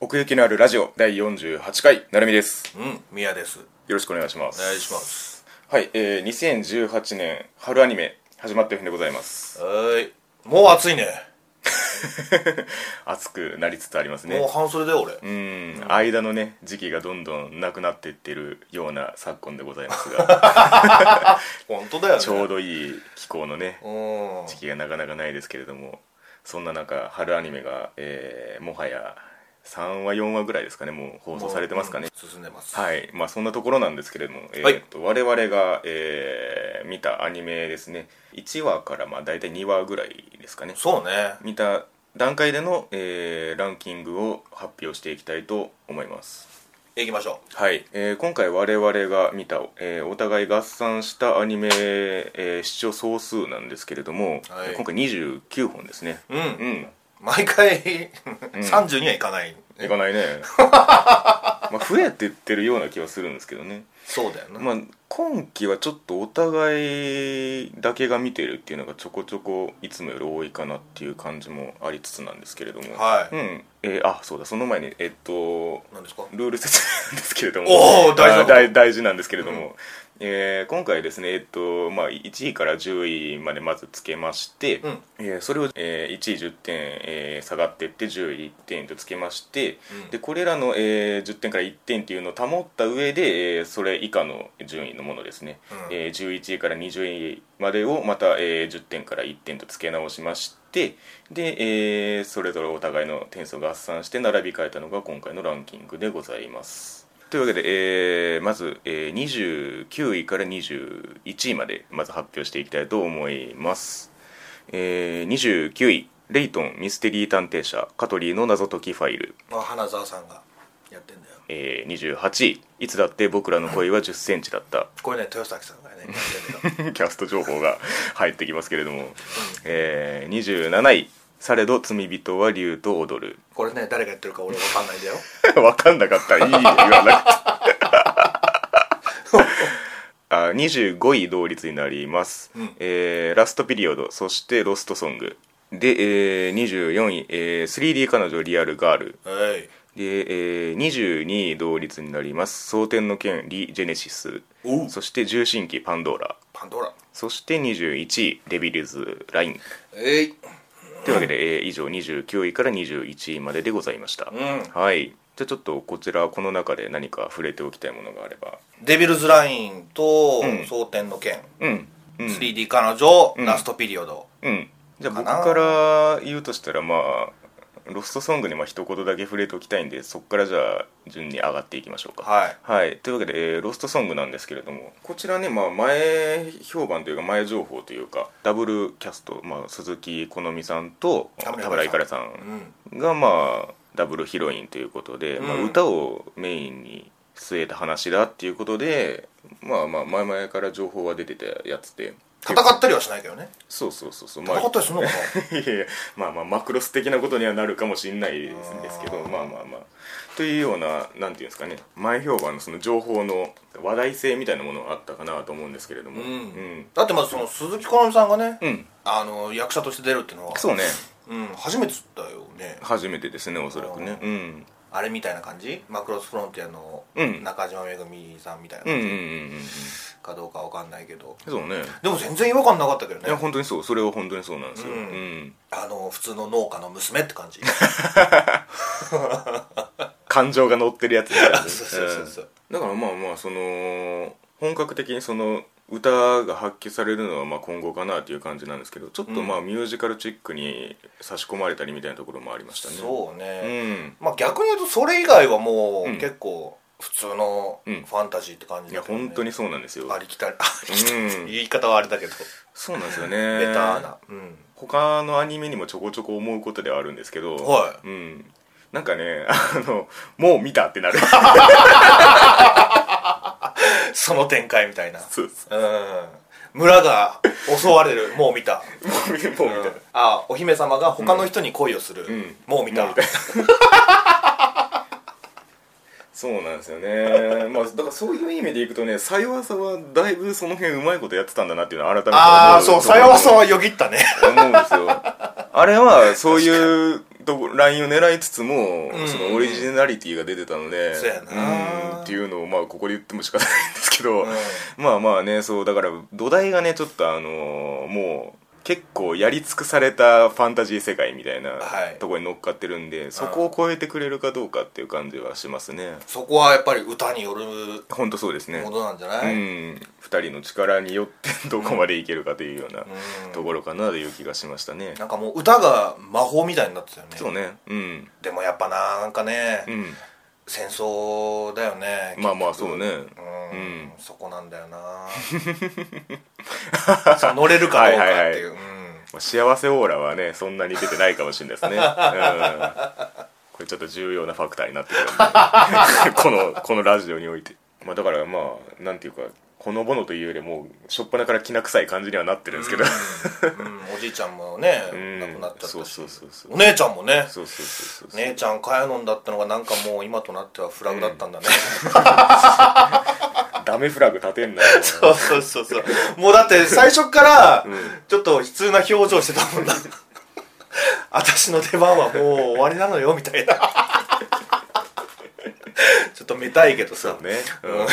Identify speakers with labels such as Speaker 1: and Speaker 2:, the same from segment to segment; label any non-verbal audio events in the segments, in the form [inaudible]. Speaker 1: 奥行きのあるラジオ第48回なるみです
Speaker 2: うん、ミヤです。
Speaker 1: よろしくお願いします
Speaker 2: お願いします。
Speaker 1: はい、えー、2018年春アニメ始まってる日でございます
Speaker 2: はーい。もう暑いね。
Speaker 1: 暑くなりつつあります
Speaker 2: もう
Speaker 1: ね
Speaker 2: 半袖だよ、俺。
Speaker 1: うーん間のね時期がどんどんなくなっていってるような昨今でございますが
Speaker 2: 本当だよね。
Speaker 1: ちょうどいい気候のね
Speaker 2: うん。
Speaker 1: 時期がなかなかないですけれどもそんな中春アニメが、えーもはや3話4話ぐらいですかねもう放送されてますかね、
Speaker 2: うん進んでます。
Speaker 1: はいまあそんなところなんですけれども、えー
Speaker 2: はい
Speaker 1: と我々が、えー見たアニメですね1話からまあ大体2話ぐらいですかね
Speaker 2: そうね。
Speaker 1: 見た段階での、えーランキングを発表していきたいと思います
Speaker 2: 行きましょ
Speaker 1: はい、えー今回我々が見た、えーお互い合算したアニメ、えー視聴総数なんですけれども、
Speaker 2: はい
Speaker 1: えー今回29本ですね
Speaker 2: う。うん。
Speaker 1: うん
Speaker 2: 毎回、30にはいかない。
Speaker 1: いかないね [laughs] まあ増えてってるような気はするんですけどね
Speaker 2: そうだよな。
Speaker 1: まあ今期はちょっとお互いだけが見てるっていうのがちょこちょこいつもより多いかなっていう感じもありつつなんですけれども
Speaker 2: はい
Speaker 1: うんえーあそうだその前にえっと
Speaker 2: 何ですか
Speaker 1: ルール説明なんですけれども
Speaker 2: おー大事な
Speaker 1: あ
Speaker 2: こと
Speaker 1: 大大事なんですけれども、えー今回ですね、えっとまあ、1位から10位までまずつけまして、
Speaker 2: うん
Speaker 1: えーそれを、えー1位10点、えー下がっていって10位1点とつけまして、
Speaker 2: うん
Speaker 1: でこれらの、えー10点から1点っていうのを保った上で、えーそれ以下の順位のものですね、
Speaker 2: うん
Speaker 1: えー11位から20位までをまた、えー10点から1点と付け直しましてで、えーそれぞれお互いの点数が合算して並び替えたのが今回のランキングでございますというわけで、えーまず、えー29位から21位までまず発表していきたいと思いますえー29位レイトンミステリー探偵社カトリーの謎解きファイル、
Speaker 2: まあ、花澤さんがやってんだよ。
Speaker 1: えー28位いつだって僕らの恋は1 0センチだった
Speaker 2: これね、豊崎さんがね、やってんだよ。
Speaker 1: キャスト情報が入ってきますけれども、えー27位「されど罪人は竜と踊る [laughs]
Speaker 2: これね、誰がやってるか俺わかんないんだよ。」
Speaker 1: 分かんなかったいいよ言わなくてあ25位同率になります、
Speaker 2: うん
Speaker 1: えーラストピリオドそしてロストソングで、えー24位、えー 3D 彼女リアルガール
Speaker 2: はい。
Speaker 1: で、えー22位同率になります「蒼天の剣リ・ジェネシス
Speaker 2: お」う。
Speaker 1: そして「重心機パンドーラ」
Speaker 2: パンドラ。
Speaker 1: そして21位デビルズライン
Speaker 2: えい。
Speaker 1: というわけで、えー以上29位から21位まででございました、
Speaker 2: うん。
Speaker 1: はいじゃあちょっとこちらこの中で何か触れておきたいものがあれば
Speaker 2: デビルズラインと
Speaker 1: うん、
Speaker 2: 蒼天の剣。
Speaker 1: うんうん
Speaker 2: 3D 彼女、
Speaker 1: うん
Speaker 2: ラストピリオド。
Speaker 1: うんじゃあ
Speaker 2: か
Speaker 1: 僕
Speaker 2: な
Speaker 1: から言うとしたらまあロストソングにまあ一言だけ触れておきたいんでそこからじゃあ順に上がっていきましょうか
Speaker 2: はい。
Speaker 1: はい、というわけで、えーロストソングなんですけれどもこちらね、まあ、前評判というか前情報というかダブルキャスト、まあ、鈴木好美さんと
Speaker 2: 田村
Speaker 1: 田村いからさ
Speaker 2: うんん。
Speaker 1: が、まあ、ダブルヒロインということで、まあ、
Speaker 2: うん
Speaker 1: 歌をメインに据えた話だっていうことで、まあまあ前々から情報は出てたやつで
Speaker 2: 戦ったりはしないけどね。
Speaker 1: そうそうそうそう、まあ、
Speaker 2: 戦ったりするのか
Speaker 1: [laughs] いやいやまあまあマクロス的なことにはなるかもしれないですですけど
Speaker 2: あー
Speaker 1: まあまあまあというようななんていうんですかね前評判のその情報の話題性みたいなものがあったかなと思うんですけれども
Speaker 2: うん
Speaker 1: うん、
Speaker 2: だってまずその鈴木好美さんがね、
Speaker 1: うん
Speaker 2: あの役者として出るっていうのは
Speaker 1: そうね
Speaker 2: うん、初めてだよね
Speaker 1: 初めてですねおそらくね
Speaker 2: あ
Speaker 1: うん
Speaker 2: あれみたいな感じマクロスフロンティアの
Speaker 1: うん
Speaker 2: 中島めぐみさんみたいな
Speaker 1: うんうんうん
Speaker 2: 感じ
Speaker 1: うん
Speaker 2: かどうかわかんないけど、
Speaker 1: そうね
Speaker 2: でも全然違和感なかったけど
Speaker 1: いや
Speaker 2: ね
Speaker 1: 本当にそうそれは本当にそうなんですよ、う
Speaker 2: うんんあの普通の農家の娘って感じ
Speaker 1: 感情が乗ってるやつみたいな
Speaker 2: [laughs] [laughs] そうそうそうそう
Speaker 1: うんだからまあまあその本格的にその歌が発揮されるのはまあ今後かなという感じなんですけどちょっとまあミュージカルチックに差し込まれたりみたいなところもありましたね
Speaker 2: そ
Speaker 1: う
Speaker 2: うね、
Speaker 1: ん
Speaker 2: まあ逆に言うとそれ以外はもう
Speaker 1: うん
Speaker 2: 結構普通の
Speaker 1: う
Speaker 2: フ
Speaker 1: ん
Speaker 2: ァンタジーって感
Speaker 1: い
Speaker 2: じだ
Speaker 1: や
Speaker 2: ったよね
Speaker 1: 本当にそうなんですよ
Speaker 2: ありきたりありきたり
Speaker 1: うん
Speaker 2: [laughs] 言い方はあれだけど、
Speaker 1: そうなんですよ
Speaker 2: ベター
Speaker 1: ね
Speaker 2: なうん
Speaker 1: 他のアニメにもちょこちょこ思うことではあるんですけど
Speaker 2: は
Speaker 1: うんなんかね [laughs] あのもう見たってなる
Speaker 2: その展開みたいな
Speaker 1: そうそ
Speaker 2: うん村が襲わ
Speaker 1: [laughs]
Speaker 2: れるもう見た、
Speaker 1: うもう見もう見た、
Speaker 2: うんあお姫様が他の人に恋をする、
Speaker 1: うん
Speaker 2: もう見た
Speaker 1: もう見たそうなんですよね [laughs] まあだからそういう意味でいくとねさよわさはだいぶその辺うまいことやってたんだなっていうのを改めて思
Speaker 2: ああそうさよわさ
Speaker 1: は
Speaker 2: はよぎったね
Speaker 1: 思うんですよあれはそういうとこラインを狙いつつも、
Speaker 2: うん
Speaker 1: そのオリジナリティが出てたので
Speaker 2: そうやな
Speaker 1: うんっていうのをまあここで言っても仕方ないんですけど、
Speaker 2: うん
Speaker 1: まあまあねそうだから土台がねちょっとあのーもう結構やり尽くされたファンタジー世界みたいな
Speaker 2: はい
Speaker 1: ところに乗っかってるんで、そこを超えてくれるかどうかっていう感じはしますね
Speaker 2: [laughs] そこはやっぱり歌による
Speaker 1: 本当そうですね
Speaker 2: ことなんじゃ
Speaker 1: う
Speaker 2: ない、
Speaker 1: ん、2人の力によってどこまでいけるかというような
Speaker 2: うん
Speaker 1: ところかなという気がしましたね。
Speaker 2: なんかもう歌が魔法みたいになってたよね
Speaker 1: そうね、うん、
Speaker 2: でもやっぱななんかね、
Speaker 1: うん、
Speaker 2: 戦争だよね
Speaker 1: まあまあ
Speaker 2: 結局
Speaker 1: そうね
Speaker 2: うん、
Speaker 1: うん
Speaker 2: そこなんだ
Speaker 1: [laughs]
Speaker 2: よなそう乗れるかどうかっていう、うん
Speaker 1: まあ幸せオーラはねそんなに出てないかもしれないですね。うん、これちょっと重要なファクターになってくるんでこのこのラジオにおいて。まあだからまあなんていうかほのぼのというよりも初っ端からきな臭い感じにはなってるんですけど。
Speaker 2: うんおじいちゃんもね、
Speaker 1: うん
Speaker 2: 亡くなっちゃったし
Speaker 1: そうそうそうそう
Speaker 2: お姉ちゃんもね
Speaker 1: そうそうそうそう。
Speaker 2: 姉ちゃんカヤノンだったのがなんかもう今となってはフラグだったんだね、
Speaker 1: ダメフラグ立てんなよ。
Speaker 2: そうそうそうそう [laughs] もうだって最初から
Speaker 1: ん
Speaker 2: ちょっと悲痛な表情してたもんな私の出番はもう終わりなのよみた
Speaker 1: [laughs]
Speaker 2: いなちょっと見たいけどさ
Speaker 1: そうね。
Speaker 2: う
Speaker 1: うんん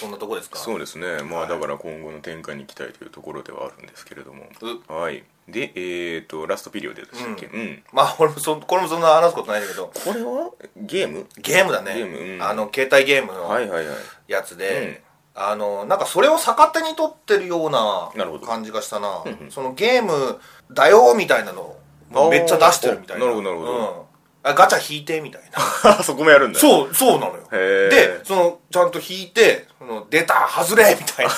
Speaker 2: そんなとこですか
Speaker 1: そうですね、ま
Speaker 2: は
Speaker 1: あ
Speaker 2: い
Speaker 1: だから今後の展開に期待というところではあるんですけれども
Speaker 2: う
Speaker 1: はいでえっ、とラストピリオドでしたっけ、うん
Speaker 2: まあ俺もそこれもそんな話すことないんだけど
Speaker 1: これはゲーム
Speaker 2: ゲームだね
Speaker 1: ゲームうん
Speaker 2: あの携帯ゲームの
Speaker 1: はいはいはい
Speaker 2: やつで、あのなんかそれを逆手に取ってるような
Speaker 1: なるほど
Speaker 2: 感じがしたなそのゲームだよみたいなのをもうめっちゃ出してるみたいな
Speaker 1: あーなるほどなるほ
Speaker 2: ど、うんあガチャ引いてみたいな
Speaker 1: [laughs] そこもやるんだう
Speaker 2: そうそうなのよ
Speaker 1: へー
Speaker 2: でそのちゃんと引いてその出た外れみた
Speaker 1: [laughs]
Speaker 2: いな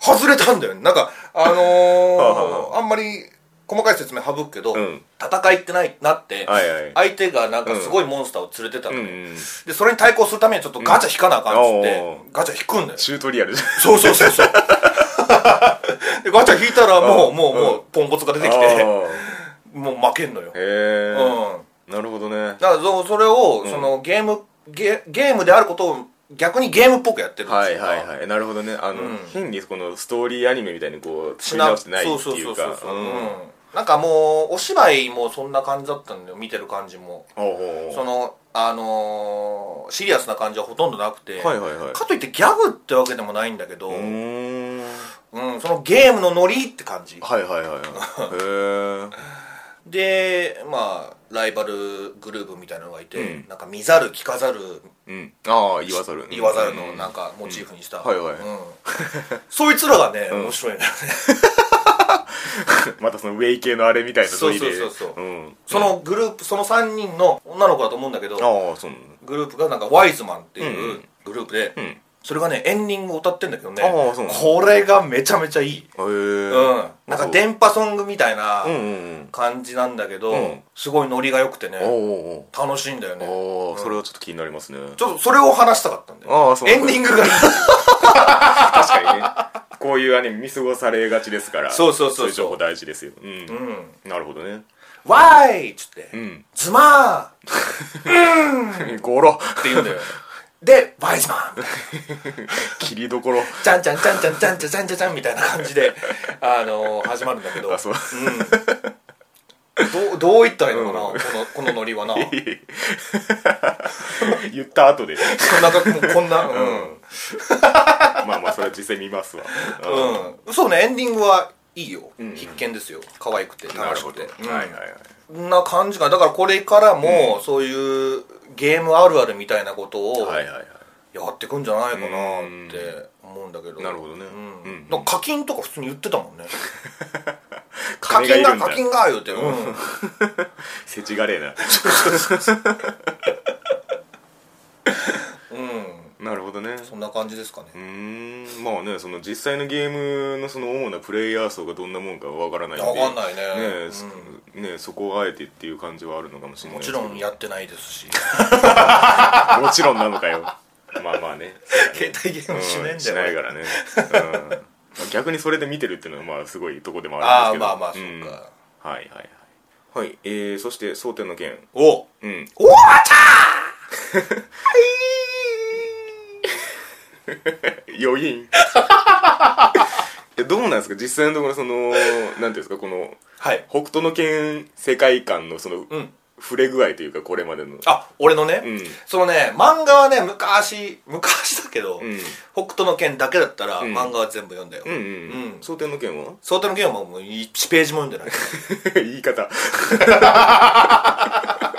Speaker 2: 外れたんだよねなんかあのー
Speaker 1: はあは
Speaker 2: あんまり細かい説明省くけど、
Speaker 1: うん
Speaker 2: 戦いってないなって、
Speaker 1: はいはい
Speaker 2: 相手がなんかすごいモンスターを連れてた
Speaker 1: う
Speaker 2: のよ、
Speaker 1: んうん
Speaker 2: でそれに対抗するためにちょっとガチャ引かなあかんっつって、
Speaker 1: うんおー
Speaker 2: ガチャ引くんだよ
Speaker 1: チュートリアルじゃん
Speaker 2: そうそうそうそう
Speaker 1: [laughs]
Speaker 2: でガチャ引いたらもう
Speaker 1: うん
Speaker 2: もうもうポンコツが出てきて
Speaker 1: あー
Speaker 2: もう負けんのよ、
Speaker 1: へえ、
Speaker 2: うん
Speaker 1: なるほどね
Speaker 2: だからそそれをそのゲーム、ゲゲームであることを逆にゲームっぽくやってるん
Speaker 1: は
Speaker 2: です
Speaker 1: い
Speaker 2: よ
Speaker 1: はいはいなるほどねあの、
Speaker 2: うん
Speaker 1: 変にこのストーリーアニメみたいにこう
Speaker 2: し
Speaker 1: 作り
Speaker 2: な
Speaker 1: 直してないっていうか
Speaker 2: そうそうそうそう、うん
Speaker 1: うん
Speaker 2: なんかもうお芝居もそんな感じだったんだよ見てる感じも
Speaker 1: ほうほう
Speaker 2: そのあのーシリアスな感じはほとんどなくて、
Speaker 1: はいはいはい
Speaker 2: かといってギャグってわけでもないんだけど、
Speaker 1: うーん
Speaker 2: うん、そのゲームのノリって感じ
Speaker 1: はいはいはい
Speaker 2: [laughs]
Speaker 1: はいへえ
Speaker 2: でまあライバルグループみたいなのがいて、
Speaker 1: うん
Speaker 2: なんか見ざる聞かざる
Speaker 1: うん、ああ言わざる
Speaker 2: 言わざるの
Speaker 1: う
Speaker 2: なんかモチーフにした、
Speaker 1: はいはい
Speaker 2: うん、そいつらがね、面白いのよね
Speaker 1: またそのウェイ系のあれみたいな
Speaker 2: そう
Speaker 1: ノリ
Speaker 2: そう
Speaker 1: で
Speaker 2: そうそう
Speaker 1: うん、
Speaker 2: そのグループその3人の女の子だと思うんだけど
Speaker 1: ああそうなの
Speaker 2: グループがなんかワイズマンってい
Speaker 1: んう
Speaker 2: うグループで、
Speaker 1: うんへ
Speaker 2: それがねエンディングを歌ってんだけどね
Speaker 1: あーそうなの
Speaker 2: これがめちゃめちゃいい、
Speaker 1: え
Speaker 2: うん、
Speaker 1: うん
Speaker 2: なんか電波ソングみたいな
Speaker 1: うんうん
Speaker 2: 感じなんだけど、
Speaker 1: うん
Speaker 2: すごいノリが良くてね
Speaker 1: うんおう
Speaker 2: 楽しいんだよ
Speaker 1: おう
Speaker 2: ね
Speaker 1: おうああそれはちょっと気になりますね
Speaker 2: ちょっとそれを話したかったんだよ
Speaker 1: ああそう
Speaker 2: エンディング
Speaker 1: [laughs]
Speaker 2: がいい
Speaker 1: 確か
Speaker 2: [laughs]
Speaker 1: にねこういうアニメ見過ごされがちですから
Speaker 2: そうそうそうそう
Speaker 1: いう情報大事ですようん、
Speaker 2: うん
Speaker 1: なるほどね
Speaker 2: 「わーい!」っつって
Speaker 1: う
Speaker 2: 「 [laughs]
Speaker 1: ん
Speaker 2: ズマー!」っ
Speaker 1: ゴロ
Speaker 2: て言うんだ
Speaker 1: [laughs]
Speaker 2: よで「ワイズマン!」
Speaker 1: 切りどころ
Speaker 2: ちゃんちゃんちゃんちゃんちゃんちゃんちゃんちゃんちゃんみたいな感じで、あのー始まるんだけど
Speaker 1: あそう
Speaker 2: うんどうどう言ったらいいのかな、
Speaker 1: うん
Speaker 2: このこのノリはななん
Speaker 1: [laughs] 言った後で
Speaker 2: かもうこんなうん、
Speaker 1: まあまあそれは実際見ますわ
Speaker 2: うん、そうねエンディングはいいよ、必見ですよ可愛くて
Speaker 1: な
Speaker 2: 楽
Speaker 1: る
Speaker 2: し
Speaker 1: ほ
Speaker 2: く
Speaker 1: ど、
Speaker 2: てうん
Speaker 1: はいはいはい
Speaker 2: な感じがだからこれからも、そういうゲームあるあるみたいなことを、
Speaker 1: はいはいはい
Speaker 2: やってくんじゃないかなって思うんだけど
Speaker 1: なるほどね
Speaker 2: うん
Speaker 1: うんうん
Speaker 2: なんか課金とか普通に言ってたもんね課
Speaker 1: 金がい
Speaker 2: 金
Speaker 1: る
Speaker 2: が
Speaker 1: んだ
Speaker 2: 課金が言うて、うん
Speaker 1: せちがれえな [laughs]
Speaker 2: うん
Speaker 1: なるほどね
Speaker 2: そんな感じですかね
Speaker 1: うーんまあねその実際のゲームのその主なプレイヤー層がどんなもんかわからないんで
Speaker 2: わかんないね
Speaker 1: ね
Speaker 2: うん
Speaker 1: そねそこをあえてっていう感じはあるのかもしれない
Speaker 2: も
Speaker 1: で
Speaker 2: ち
Speaker 1: すけど
Speaker 2: ろんやってないです
Speaker 1: [laughs]
Speaker 2: し
Speaker 1: もちろんなのかよ [laughs] まあまあね
Speaker 2: [laughs] 携帯ゲームしねえ
Speaker 1: う
Speaker 2: んだよ、
Speaker 1: んしないからね、うんまあ逆にそれで見てるっていうのはまあすごいとこでも
Speaker 2: あ
Speaker 1: あ
Speaker 2: あ
Speaker 1: るんですけど
Speaker 2: まあまあそっ
Speaker 1: ん
Speaker 2: か、
Speaker 1: はいはいはいはいえー、そして「争点の件
Speaker 2: お」
Speaker 1: うん
Speaker 2: おおあちゃ
Speaker 1: [laughs] 余韻いやどうなんですか実際のところそのなんていうんですかこの
Speaker 2: はい
Speaker 1: 北斗の剣世界観のその、
Speaker 2: うん
Speaker 1: 触れ具合というかこれまでの
Speaker 2: あ俺のね、
Speaker 1: うん
Speaker 2: そのね漫画はね昔昔だけど、
Speaker 1: うん
Speaker 2: 北斗の剣だけだったら、
Speaker 1: ん
Speaker 2: 漫画は全部読んだよ、
Speaker 1: うんうん、
Speaker 2: うん
Speaker 1: 蒼天の剣は [laughs]
Speaker 2: 蒼天の剣はもう1ページも読んでない
Speaker 1: 言い方
Speaker 2: [laughs]
Speaker 1: は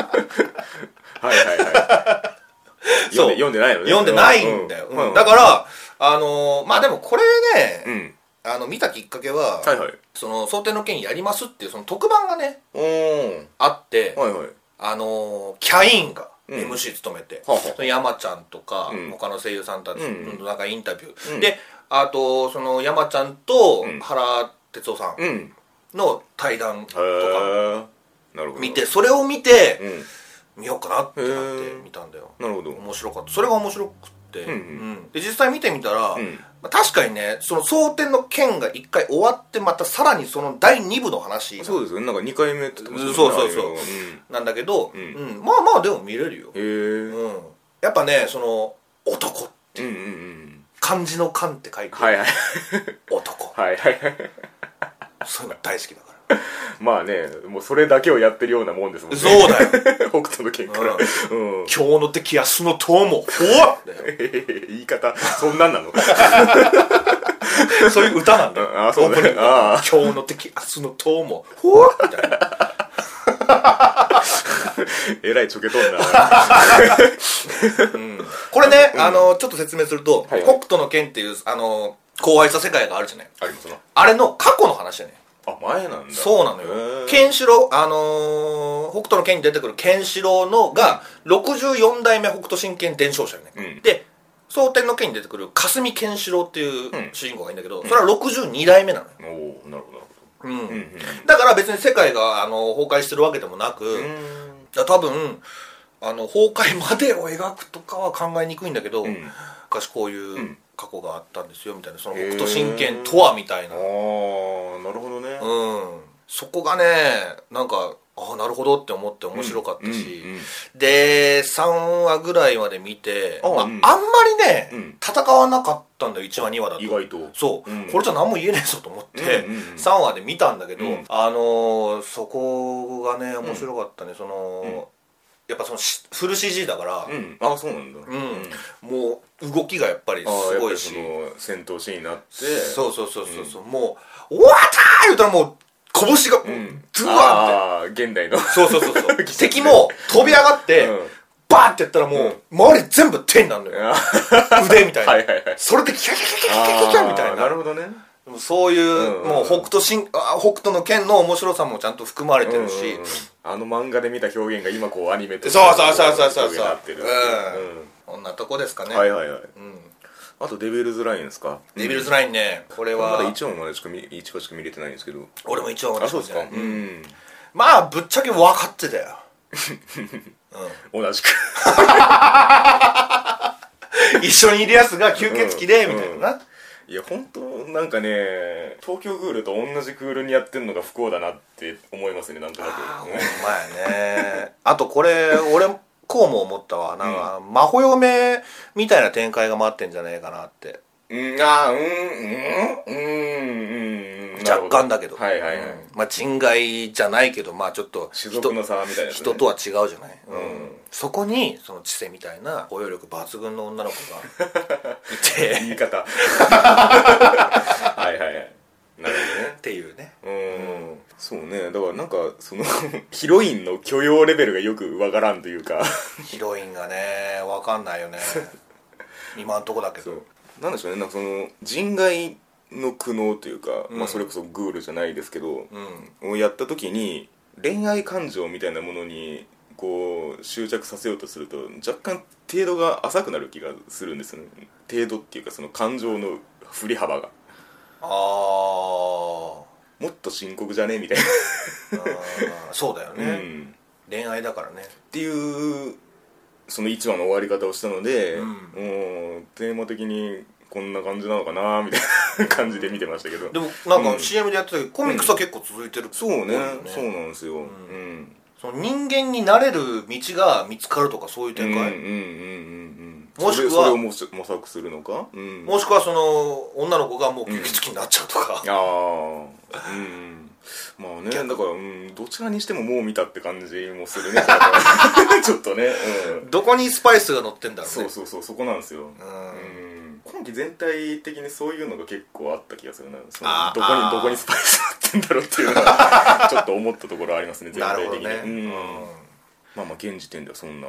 Speaker 1: いはいはい
Speaker 2: そう
Speaker 1: 読んで読んでないのね
Speaker 2: 読んでないんだよ、
Speaker 1: う
Speaker 2: うんだからあのーまあでもこれね、
Speaker 1: うん
Speaker 2: あの見たきっかけは、
Speaker 1: はいはい
Speaker 2: その蒼天の剣やりますっていうその特番がね
Speaker 1: おー
Speaker 2: あって、
Speaker 1: はいはい
Speaker 2: あのーキャインが
Speaker 1: うん
Speaker 2: MC 務めて、
Speaker 1: はあはあ
Speaker 2: その山ちゃんとか、
Speaker 1: うん
Speaker 2: 他の声優さんたち
Speaker 1: うん
Speaker 2: のなんかインタビュー、
Speaker 1: うん
Speaker 2: であとその山ちゃんと
Speaker 1: うん
Speaker 2: 原哲夫さ
Speaker 1: うんん
Speaker 2: の対談
Speaker 1: へ
Speaker 2: とか
Speaker 1: えなるほど
Speaker 2: 見てそれを見て
Speaker 1: うん
Speaker 2: 見ようかなってなっ
Speaker 1: へ
Speaker 2: て
Speaker 1: ー
Speaker 2: 見たんだよ
Speaker 1: なるほど
Speaker 2: 面白かったそれが面白くって、
Speaker 1: うんうん
Speaker 2: うんで実際見てみたら、
Speaker 1: うん
Speaker 2: まあ確かにねその蒼天の剣が1回終わってまたさらにその第2部の話
Speaker 1: そうですよねなんか2回目って言ってましたもんね
Speaker 2: そうそうそ
Speaker 1: ああい
Speaker 2: う
Speaker 1: のん
Speaker 2: なんだけど、
Speaker 1: うん
Speaker 2: うんまあまあでも見れるよ、
Speaker 1: へえ
Speaker 2: うん、やっぱねその男
Speaker 1: うんうんうん
Speaker 2: 漢字の漢って書いて、
Speaker 1: はいはい
Speaker 2: 男
Speaker 1: はいはい [laughs] はい
Speaker 2: そういうの大好きだから
Speaker 1: まあねもうそれだけをやってるようなもんですもんね
Speaker 2: そうだよ
Speaker 1: [laughs] 北斗の剣から
Speaker 2: うん
Speaker 1: うん [laughs]
Speaker 2: 今日の敵安の友も
Speaker 1: えへへへ言い方そんなんなの [laughs]
Speaker 2: そういう歌なんだよ
Speaker 1: ああそうだね
Speaker 2: オープニングが
Speaker 1: あ
Speaker 2: 今日の敵明日の友もほわみたいな
Speaker 1: えらいちょけとんな
Speaker 2: これね、あのちょっと説明すると、
Speaker 1: はいはい
Speaker 2: 北斗の剣っていうあの荒廃した世界があるじゃない
Speaker 1: ありますな
Speaker 2: あれの過去の話だね
Speaker 1: あ前なんだ
Speaker 2: そうなの
Speaker 1: へ
Speaker 2: よ
Speaker 1: え
Speaker 2: ケンシロウあのー北斗の剣に出てくるケンシロウのが64代目北斗神拳伝承者よね、
Speaker 1: うん
Speaker 2: で蒼天の剣に出てくる霞ケンシロウってい
Speaker 1: ん
Speaker 2: う主人公がいいんだけど、それは62代目なのよ、
Speaker 1: おおなるほどなる
Speaker 2: うん
Speaker 1: ほどうんうん
Speaker 2: だから別に世界があの崩壊してるわけでもなく、だから多分あの崩壊までを描くとかは考えにくいんだけど、
Speaker 1: ん
Speaker 2: 昔こうい
Speaker 1: ん
Speaker 2: う過去があったんですよみたいなその
Speaker 1: へー
Speaker 2: 北斗神拳とはみたいな、
Speaker 1: ああなるほどね
Speaker 2: うん、そこがねなんかああなるほどって思って面白かったし、
Speaker 1: うんうん
Speaker 2: で3話ぐらいまで見て
Speaker 1: あ
Speaker 2: まあ
Speaker 1: うん
Speaker 2: あんまりね、
Speaker 1: うん
Speaker 2: 戦わなかったんだよ1話2話だと
Speaker 1: 意外と
Speaker 2: そう、
Speaker 1: うん
Speaker 2: これじゃ何も言えねえぞと思って、
Speaker 1: うんうんうん
Speaker 2: 3話で見たんだけど、
Speaker 1: うん
Speaker 2: あのーそこがね面白かったね、その、やっぱそのしフル CG だから、
Speaker 1: うんあそうなんだう
Speaker 2: うんもう動きがやっぱり
Speaker 1: ああ
Speaker 2: す
Speaker 1: やっ
Speaker 2: ご
Speaker 1: ぱ
Speaker 2: い
Speaker 1: り
Speaker 2: し
Speaker 1: その戦闘シーンになって
Speaker 2: そうそうそうそうそう、もう「終わった!」言うたらもう拳が
Speaker 1: うん
Speaker 2: ドゥワーンって。
Speaker 1: あー現代の
Speaker 2: そうそうそうそう敵も飛び上がって、
Speaker 1: うん
Speaker 2: バーンってやったらもう、周り全部手になるのよ
Speaker 1: あ
Speaker 2: 腕みたいな
Speaker 1: はいはいはい
Speaker 2: それでキャキャキャキャキャキャキャキ
Speaker 1: あ
Speaker 2: ャ
Speaker 1: ー
Speaker 2: みたいな
Speaker 1: なるほどね
Speaker 2: でもそういう、
Speaker 1: んうん
Speaker 2: もう北斗神あ北斗の剣の面白さもちゃんと含まれてるし、
Speaker 1: うんうんあの漫画で見た表現が今こうアニメと
Speaker 2: そうそうそうそうそう
Speaker 1: 表現になってる
Speaker 2: うんこんなとこですか
Speaker 1: う
Speaker 2: ね、
Speaker 1: んはいはいはい
Speaker 2: うん、
Speaker 1: あとデビルズラインですか
Speaker 2: デビルズラインねこれ
Speaker 1: ま
Speaker 2: は、
Speaker 1: だ1話までしか見1話しか見れてないんですけど
Speaker 2: 俺も一応
Speaker 1: あそうですかうん
Speaker 2: まあぶっちゃけ分かってたよ
Speaker 1: 同じく
Speaker 2: 一緒にいるやつが吸血鬼で、みたいなな、
Speaker 1: いや本当なんかね東京クールと同じクールにやってんのが不幸だなって思いますねなんとな
Speaker 2: あ
Speaker 1: く
Speaker 2: ほんまやねあとこれ俺こうも思ったわなんか、真帆嫁みたいな展開が待ってんじゃねえかなって
Speaker 1: うんあーうんうんうんうんなるほ
Speaker 2: 若干だけど
Speaker 1: はいはいはい
Speaker 2: うんまあ人外じゃないけどまあちょっと
Speaker 1: 種族の差みたいなやつね
Speaker 2: 人とは違うじゃない、
Speaker 1: ん
Speaker 2: そこにその知性みたいな包容力抜群の女の子
Speaker 1: [laughs]
Speaker 2: がいて
Speaker 1: 言い方はいはいはいなる
Speaker 2: っていうね
Speaker 1: ほどねうんそうねだからなんかそのヒロインの許容レベルがよくわからんというか
Speaker 2: ヒロインがねわかんないよ
Speaker 1: [laughs]
Speaker 2: ね今んとこだけど
Speaker 1: なんでしょうねなんかその人外の苦悩というか、
Speaker 2: うん
Speaker 1: まあ、それこそグールじゃないですけど、
Speaker 2: うん
Speaker 1: をやった時に恋愛感情みたいなものにこう執着させようとすると若干程度が浅くなる気がするんですよね程度っていうかその感情の振り幅が
Speaker 2: あー
Speaker 1: もっと深刻じゃねみたい
Speaker 2: あーそうだよ
Speaker 1: な、
Speaker 2: ね、
Speaker 1: うん
Speaker 2: 恋愛だからね
Speaker 1: っていうその1話の終わり方をしたので、
Speaker 2: うん
Speaker 1: もうテーマ的にこんな感じなのかなみたいな感じで見てましたけど、
Speaker 2: でもなん
Speaker 1: う
Speaker 2: か
Speaker 1: ん
Speaker 2: CM でやってたけどコミックスは結構続いてるっぽい
Speaker 1: そうね
Speaker 2: よ
Speaker 1: そうなんですよ、うん
Speaker 2: その人間になれる道が見つかるとかそう
Speaker 1: う
Speaker 2: いう
Speaker 1: ん
Speaker 2: 展
Speaker 1: うんうんうん
Speaker 2: 開、
Speaker 1: うん
Speaker 2: もし
Speaker 1: そ
Speaker 2: くは
Speaker 1: れそれを模索模索するのか、うん、
Speaker 2: もしくはその女の子がもう吸血鬼になっちゃうとか、
Speaker 1: ああうんまあねだから、うん、どちらにしてももう見たって感じもするねだから [laughs] ちょっとね、うん、
Speaker 2: [laughs] どこにスパイスが乗ってんだろうね
Speaker 1: そうそうそうそこなんですよ、うん今季全体的にそういうのが結構あった気がするなその
Speaker 2: あー
Speaker 1: どこ
Speaker 2: あ
Speaker 1: に
Speaker 2: ー
Speaker 1: どこにスパイスあってんだろうっていうの
Speaker 2: [laughs]
Speaker 1: はちょっと思ったところありますね全
Speaker 2: なる
Speaker 1: 体
Speaker 2: ほ
Speaker 1: 的
Speaker 2: ど
Speaker 1: に、
Speaker 2: ね
Speaker 1: うんまあまあ現時点ではそんな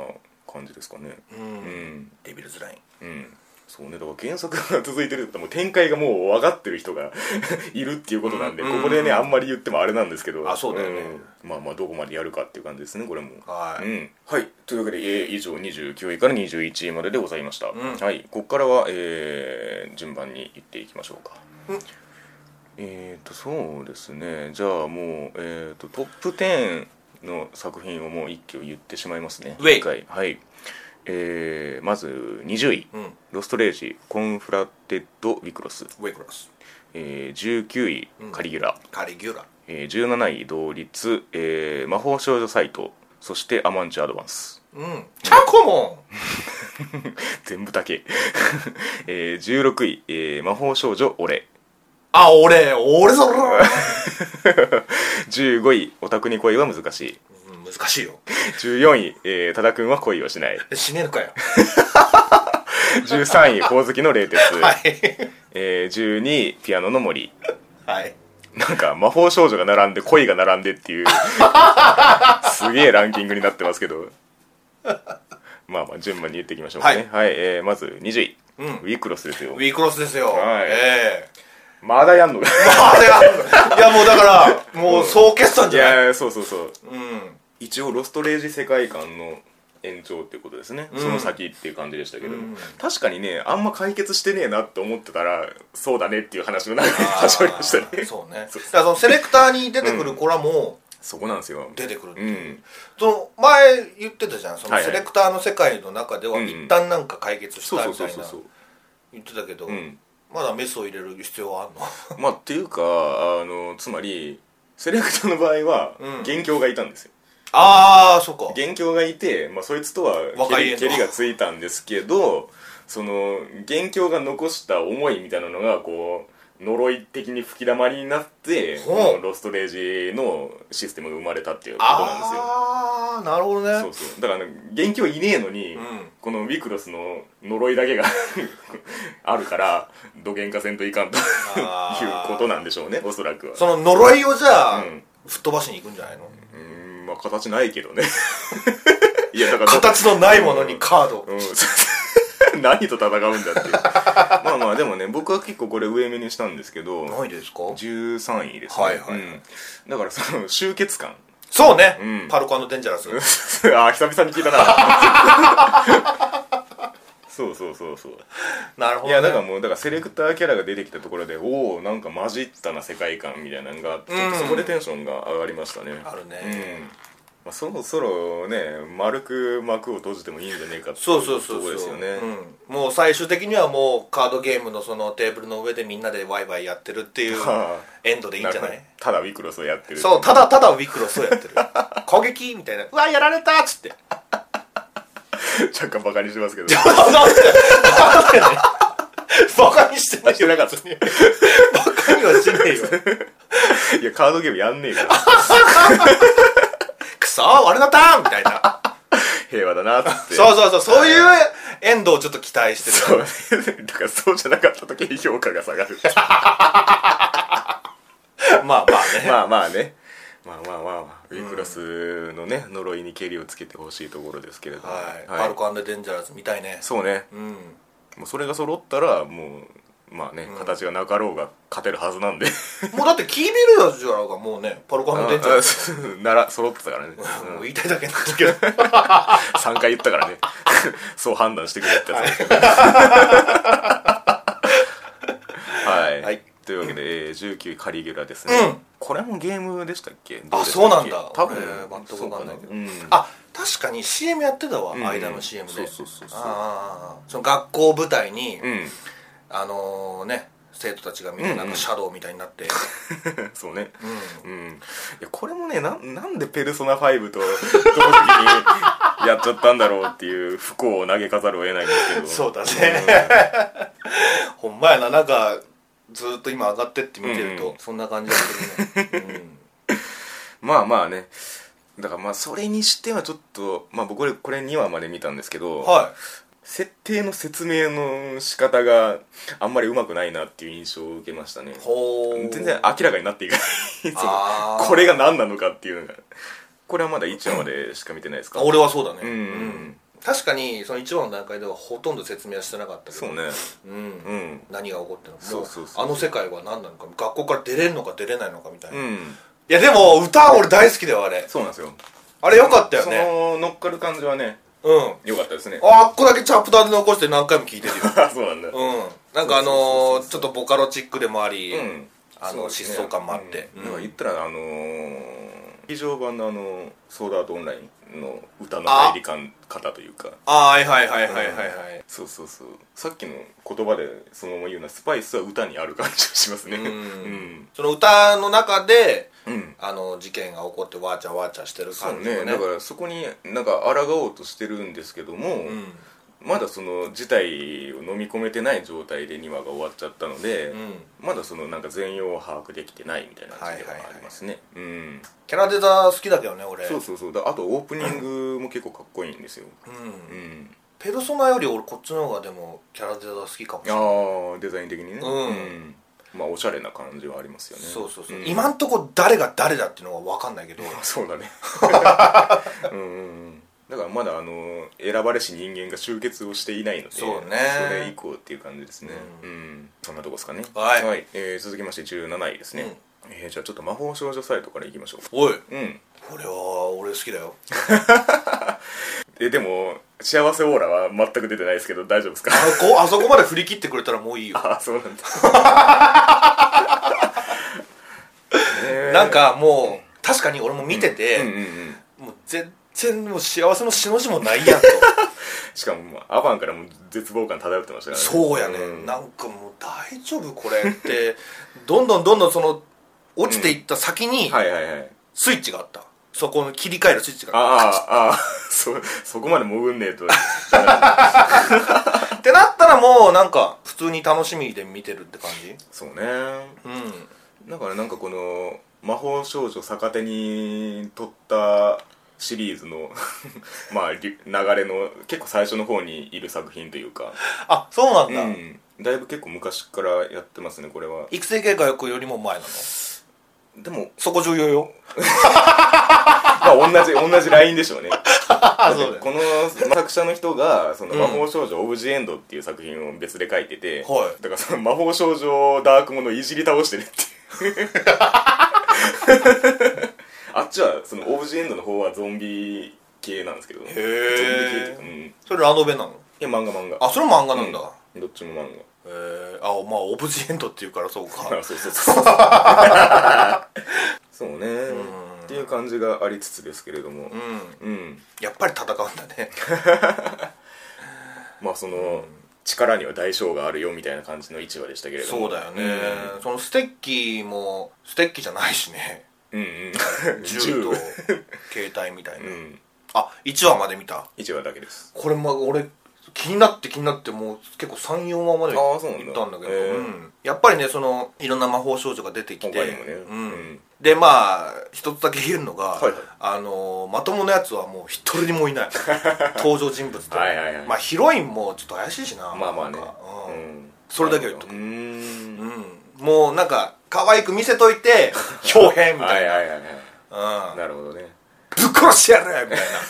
Speaker 1: 感じですかね
Speaker 2: う
Speaker 1: う
Speaker 2: ん、うん
Speaker 1: ん
Speaker 2: デビルズライン
Speaker 1: うんそうねだから原作が続いてるってことはもう展開がもう分かってる人が [laughs] いるっていうことなんで、
Speaker 2: うん
Speaker 1: ここでねあんまり言ってもあれなんですけど
Speaker 2: あそうだよね
Speaker 1: うんまあまあどこまでやるかっていう感じですねこれも
Speaker 2: はい、
Speaker 1: うんはい、というわけで、えー以上29位から21位まででございました、
Speaker 2: ん
Speaker 1: はい、ここからは、えー順番にいっていきましょうか、
Speaker 2: うん
Speaker 1: えっ、とそうですねじゃあもう、えー、とトップ10の作品をもう一挙言ってしまいますね
Speaker 2: ウェイ
Speaker 1: 一回はいえーまず20位、
Speaker 2: うん
Speaker 1: ロストレージコンフラテッド・ウィクロス、
Speaker 2: ウェイクロス
Speaker 1: えー19位
Speaker 2: うん
Speaker 1: カリギュラ、
Speaker 2: カリギュラ
Speaker 1: えー17位同率、えー魔法少女サイトそしてアマンチュアドバンス
Speaker 2: うんチャコモ
Speaker 1: 全部だけ、 [laughs] えー、16位、えー魔法少女俺
Speaker 2: あ俺俺ぞろ、
Speaker 1: 15位オタクに恋は難しい
Speaker 2: うん、難しいよ
Speaker 1: 14位、えー、多田くんは恋をしない
Speaker 2: 死ねるかよ
Speaker 1: 13位
Speaker 2: [laughs]
Speaker 1: ほおずきの冷徹、
Speaker 2: はい [laughs]
Speaker 1: えー、12位ピアノの森
Speaker 2: はい
Speaker 1: なんか魔法少女が並んで恋が並んで
Speaker 2: [laughs]
Speaker 1: っていうすげえランキングになってますけどまあまあ順番に言っていきましょうかねはい、えーまず20位、
Speaker 2: うん
Speaker 1: ウィクロスですよ
Speaker 2: ウィークロスですよ
Speaker 1: はい
Speaker 2: ええ
Speaker 1: まだやんのか
Speaker 2: あれがいやもうだからもう総決
Speaker 1: [laughs]
Speaker 2: 算
Speaker 1: い
Speaker 2: じゃない
Speaker 1: やーそうそうそう
Speaker 2: うん
Speaker 1: 一応ロストレージ世界観の延長っていうことですね、
Speaker 2: ん
Speaker 1: その先っていう感じでしたけど、
Speaker 2: うん
Speaker 1: 確かにねあんま解決してねえなって思ってたらそうだねっていう話の [laughs] 流れが始まりましたね
Speaker 2: そうねだからそのセレクターに出てくる子らも
Speaker 1: そこなんですよ
Speaker 2: 出てくるって
Speaker 1: う
Speaker 2: いうんその前言ってたじゃんその
Speaker 1: はいは
Speaker 2: セ
Speaker 1: い
Speaker 2: レクターの世界の中では
Speaker 1: うん
Speaker 2: 一旦なんか解決し
Speaker 1: そう
Speaker 2: た
Speaker 1: そう
Speaker 2: み
Speaker 1: そ
Speaker 2: た
Speaker 1: う
Speaker 2: い
Speaker 1: そう
Speaker 2: な
Speaker 1: そう
Speaker 2: 言ってたけど
Speaker 1: うん
Speaker 2: まだメスを入れる必要はあんの [laughs]
Speaker 1: まあっていうかあのつまりセレクトの場合は
Speaker 2: うん
Speaker 1: 元凶がいたんですよ
Speaker 2: ああそっか
Speaker 1: 元凶がいて、まあ、そいつとは
Speaker 2: 若
Speaker 1: 蹴
Speaker 2: い
Speaker 1: り
Speaker 2: 縁
Speaker 1: 蹴
Speaker 2: の
Speaker 1: りがついたんですけどその元凶が残した思いみたいなのがこう呪い的に吹き溜まりになって
Speaker 2: ほう
Speaker 1: このロストレージのシステムが生まれたっていうことなんですよ
Speaker 2: ああなるほど
Speaker 1: そ
Speaker 2: ね
Speaker 1: うそうだから、ね、元凶いねえのに、
Speaker 2: うん
Speaker 1: このウィクロスの呪いだけが [laughs] あるからどげんかせんといかんという
Speaker 2: あー
Speaker 1: ことなんでしょうねおそらくは
Speaker 2: その呪いをじゃあ
Speaker 1: うん
Speaker 2: 吹っ飛ばしに行くんじゃないの
Speaker 1: うーんまあ形ないけど
Speaker 2: [laughs]
Speaker 1: ねいやだから
Speaker 2: 形のないものにカード
Speaker 1: うん何と戦うんだ [laughs] っていうまあまあでもね僕は結構これ上目にしたんですけど
Speaker 2: ないですか
Speaker 1: 13位ですね、
Speaker 2: はいはいはい
Speaker 1: うんだからその集結感 [laughs]
Speaker 2: そうね
Speaker 1: うん
Speaker 2: パルコデンジャラス
Speaker 1: ああ久々に聞いたな [laughs] そうそうそうそう
Speaker 2: なるほ
Speaker 1: い
Speaker 2: どね
Speaker 1: やだからもうだからセレクターキャラが出てきたところでおおんか混じったな世界観みたいなのがあってちょっとそこでテンションが上がりましたね
Speaker 2: あるね
Speaker 1: うんまあ、そろそろね丸く幕を閉じてもいいんじゃねえかってい
Speaker 2: そうそうそう
Speaker 1: とこ
Speaker 2: そ
Speaker 1: ろ
Speaker 2: う
Speaker 1: ですよね、
Speaker 2: うん、もう最終的にはもうカードゲームのそのテーブルの上でみんなでワイワイやってるっていう
Speaker 1: は
Speaker 2: エンドでいいんじゃない
Speaker 1: なるほどただウィクロスをやってる
Speaker 2: そうただただウィクロスをやっ
Speaker 1: [laughs]
Speaker 2: てる攻撃みたいなうわやられたっつって
Speaker 1: 若干バカにしてますけど
Speaker 2: [laughs] なんでなんでねバカにしてない
Speaker 1: してなかった
Speaker 2: バカにはしねえよ
Speaker 1: いやカードゲームやんねえから
Speaker 2: [laughs] くそー俺のターンみたいな
Speaker 1: 平和だなっつって
Speaker 2: そうそうそうそういうエンドをちょっと期待してる
Speaker 1: そうだからそうじゃなかった時に評価が下
Speaker 2: [laughs]
Speaker 1: がる
Speaker 2: まあまあね、
Speaker 1: まあまあねまあまあまあ、まあ、ウィクロスのね、呪いにけりをつけてほしいところですけれども
Speaker 2: はい、パルコデンジャラス見たいね
Speaker 1: そうね
Speaker 2: うん
Speaker 1: もうそれが揃ったらもうまあね、形がなかろうが勝てるはずなんで
Speaker 2: もうだってキービルダーズじゃらがもうねパルコデンジャラス
Speaker 1: [laughs] なら揃ってたからね、うん
Speaker 2: もう言いたいだけなんだけど
Speaker 1: 3回言ったからね [laughs] そう判断してくれってやつですけどはい、
Speaker 2: はい
Speaker 1: というわけで、えー19位カリギュラですね、
Speaker 2: うん
Speaker 1: これもゲームでしたっけ
Speaker 2: あそうなんだ
Speaker 1: 多分、
Speaker 2: えー全く分かんないけど
Speaker 1: そうかな
Speaker 2: あ確かに CM やってたわ、
Speaker 1: うん
Speaker 2: 間の CM で
Speaker 1: そうそうそうそう
Speaker 2: ああその学校を舞台に、
Speaker 1: うん、
Speaker 2: あのね生徒たちがみんななん
Speaker 1: うんうん
Speaker 2: かシャドウみたいになって、
Speaker 1: うん [laughs] そうね
Speaker 2: うん
Speaker 1: うんいやこれもねなんなんで「ペルソナ5」と同時にやっちゃったんだろうっていう不幸を投げかざるを得ないんです
Speaker 2: [laughs]
Speaker 1: けど
Speaker 2: そうだね、ほんまやななんかずーっと今上がってって見てると、
Speaker 1: うん
Speaker 2: そんな感じがするね、うん
Speaker 1: まあまあねだからまあそれにしてはちょっと、まあ、僕これこれ2話まで見たんですけど、
Speaker 2: は
Speaker 1: 設定の説明の仕方があんまりうまくないなっていう印象を受けましたね
Speaker 2: いほう
Speaker 1: 全然明らかになっていかないその
Speaker 2: あー
Speaker 1: これが何なのかっていうのがこれはまだ1話までしか見てないですか
Speaker 2: 俺はそうだね
Speaker 1: うん
Speaker 2: 確かにその一番の段階ではほとんど説明はしてなかったけど
Speaker 1: そうね
Speaker 2: うん
Speaker 1: うん
Speaker 2: 何が起こってるのか
Speaker 1: そうそうそう
Speaker 2: もあの世界は何なのか学校から出れるのか出れないのかみたいな、
Speaker 1: う
Speaker 2: い
Speaker 1: ん
Speaker 2: やでも歌は俺大好きだよあれ
Speaker 1: そうなんですよ
Speaker 2: あれよかったよね
Speaker 1: その乗っかる感じはね
Speaker 2: うん
Speaker 1: 良かったですね
Speaker 2: ああっこだけチャプターで残して何回も聞いてるよ
Speaker 1: [laughs] そうなんだう
Speaker 2: うんなんかあのーちょっとボカロチックでもあり、
Speaker 1: ん
Speaker 2: あ
Speaker 1: そう
Speaker 2: の
Speaker 1: ですね
Speaker 2: 疾走感もあって
Speaker 1: うん
Speaker 2: うん
Speaker 1: なんか言ったらあのー劇場版のあのソードアートオンラインの歌の
Speaker 2: あ
Speaker 1: 入り感方というか
Speaker 2: ああはいはいはいはいはいはい
Speaker 1: そうそうそうさっきの言葉でそのまま言うなスパイスは歌にある感じがしますね
Speaker 2: うん
Speaker 1: うん
Speaker 2: その歌の中で
Speaker 1: うん
Speaker 2: あの事件が起こってわーちゃわーちゃしてる
Speaker 1: そう
Speaker 2: 感じ
Speaker 1: ね
Speaker 2: がね
Speaker 1: だからそこになんか抗おうとしてるんですけども、
Speaker 2: うん
Speaker 1: まだその事態を飲み込めてない状態で2話が終わっちゃったので、
Speaker 2: うん
Speaker 1: まだそのなんか全容を把握できてないみたいな感じでは
Speaker 2: はいはいはい
Speaker 1: ありますね、うん
Speaker 2: キャラデザ好きだけどね俺
Speaker 1: そうそうそうだあとオープニングも結構かっこいいんですよ、
Speaker 2: う
Speaker 1: うんん、
Speaker 2: ペルソナより俺こっちの方がでもキャラデザ好きかもしれない
Speaker 1: ああデザイン的にね
Speaker 2: うん
Speaker 1: まあおしゃれな感じはありますよね
Speaker 2: そうそうそう、
Speaker 1: ん
Speaker 2: 今んとこ誰が誰だっていうのが分かんない
Speaker 1: [laughs]
Speaker 2: けど
Speaker 1: あ [laughs] そうだ
Speaker 2: [laughs]
Speaker 1: ねうんうんうんだからまだあの選ばれし人間が集結をしていないので
Speaker 2: そうね
Speaker 1: それ以降っていう感じですね
Speaker 2: う
Speaker 1: うん、そんなとこですかね
Speaker 2: はい
Speaker 1: えー続きまして17位ですね、えーじゃあちょっと魔法少女サイトからいきましょ
Speaker 2: おいう
Speaker 1: うん
Speaker 2: 俺は俺好きだよ
Speaker 1: えでも幸せオーラは全く出てないですけど大丈夫ですか
Speaker 2: あこあそこまで振り切ってくれたらもういいよ
Speaker 1: あそうなん
Speaker 2: [laughs]
Speaker 1: だ
Speaker 2: なんかもう確かに俺も見てて、
Speaker 1: うんうんうん
Speaker 2: もう全然もう幸せのしの字もないやんと
Speaker 1: しかも、まあ、アバンからも絶望感漂ってましたからね
Speaker 2: そうやね、
Speaker 1: ん
Speaker 2: なんかもう大丈夫これって [laughs] どんどんどんどんその落ちていった先に
Speaker 1: はいはいはい
Speaker 2: スイッチがあった、そこの切り替えるスイッチがあっ
Speaker 1: ああ、ああ、そ、そこまで潜んねえと。
Speaker 2: たってなったらもうなんか普通に楽しみで見てるって感じ
Speaker 1: そうね。
Speaker 2: うん
Speaker 1: だからなんかこの、魔法少女逆手に撮ったシリーズの、 [laughs] まあ、り流れの、結構最初の方にいる作品というか、
Speaker 2: あそうなん
Speaker 1: う
Speaker 2: だ、
Speaker 1: ん。だいぶ結構昔からやってますね、これは。
Speaker 2: 育成計画よりも前なのそ
Speaker 1: でも、
Speaker 2: こ重要よ
Speaker 1: まあ、同じ、同じラインでしょう
Speaker 2: [laughs]
Speaker 1: ね。
Speaker 2: あ
Speaker 1: でこの作者の人が「その魔法少女オブジェエンド」っていう作品を別で書いてて、
Speaker 2: はい
Speaker 1: だからその魔法少女ダークものをいじり倒してるっていう
Speaker 2: [laughs]
Speaker 1: あっちはそのオブジェエンドの方はゾンビ系なんですけどゾンビ系っていうか、うん、い
Speaker 2: それラノベなの
Speaker 1: や漫画漫画
Speaker 2: あそれ漫画なんだ、
Speaker 1: うんどっちも漫
Speaker 2: えー、あまあオブジェンドっていうからそう
Speaker 1: 画
Speaker 2: か
Speaker 1: あそうそうそうそうそう
Speaker 2: [laughs]
Speaker 1: ね
Speaker 2: ん
Speaker 1: っていう感じがありつつですけれども
Speaker 2: うん
Speaker 1: うん
Speaker 2: やっぱり戦うんだね
Speaker 1: まあその力には代償があるよみたいな感じの1話でしたけれども
Speaker 2: そうだよね、
Speaker 1: うん
Speaker 2: そのステッキもステッキじゃないしね
Speaker 1: うんうん
Speaker 2: [laughs] 銃と携帯みたいうな、
Speaker 1: ん
Speaker 2: あ1話まで見た
Speaker 1: 1話だけです
Speaker 2: これまあ俺気になって気になってもう結構34話まで
Speaker 1: あーそうなんだ
Speaker 2: 行ったんだけど
Speaker 1: へー
Speaker 2: うんやっぱりねそのいろんな魔法少女が出てきて、
Speaker 1: 今回にもね
Speaker 2: う
Speaker 1: うんん、
Speaker 2: でまあ一つだけ言えるのが、
Speaker 1: はいはい
Speaker 2: あのーまともなやつはもう一人にもい
Speaker 1: [laughs]
Speaker 2: ない登場人物で
Speaker 1: はいはいはい
Speaker 2: まあヒロインもちょっと怪しいしな
Speaker 1: まあまあね
Speaker 2: なんかう
Speaker 1: うんん
Speaker 2: それだけは言っとく
Speaker 1: うーん
Speaker 2: うんもうなんか可愛く見せとい
Speaker 1: [laughs]
Speaker 2: て豹変み
Speaker 1: は
Speaker 2: たい
Speaker 1: い
Speaker 2: な、
Speaker 1: はいはいはい
Speaker 2: うん、
Speaker 1: なるほどね
Speaker 2: ぶっ殺してやるみたいな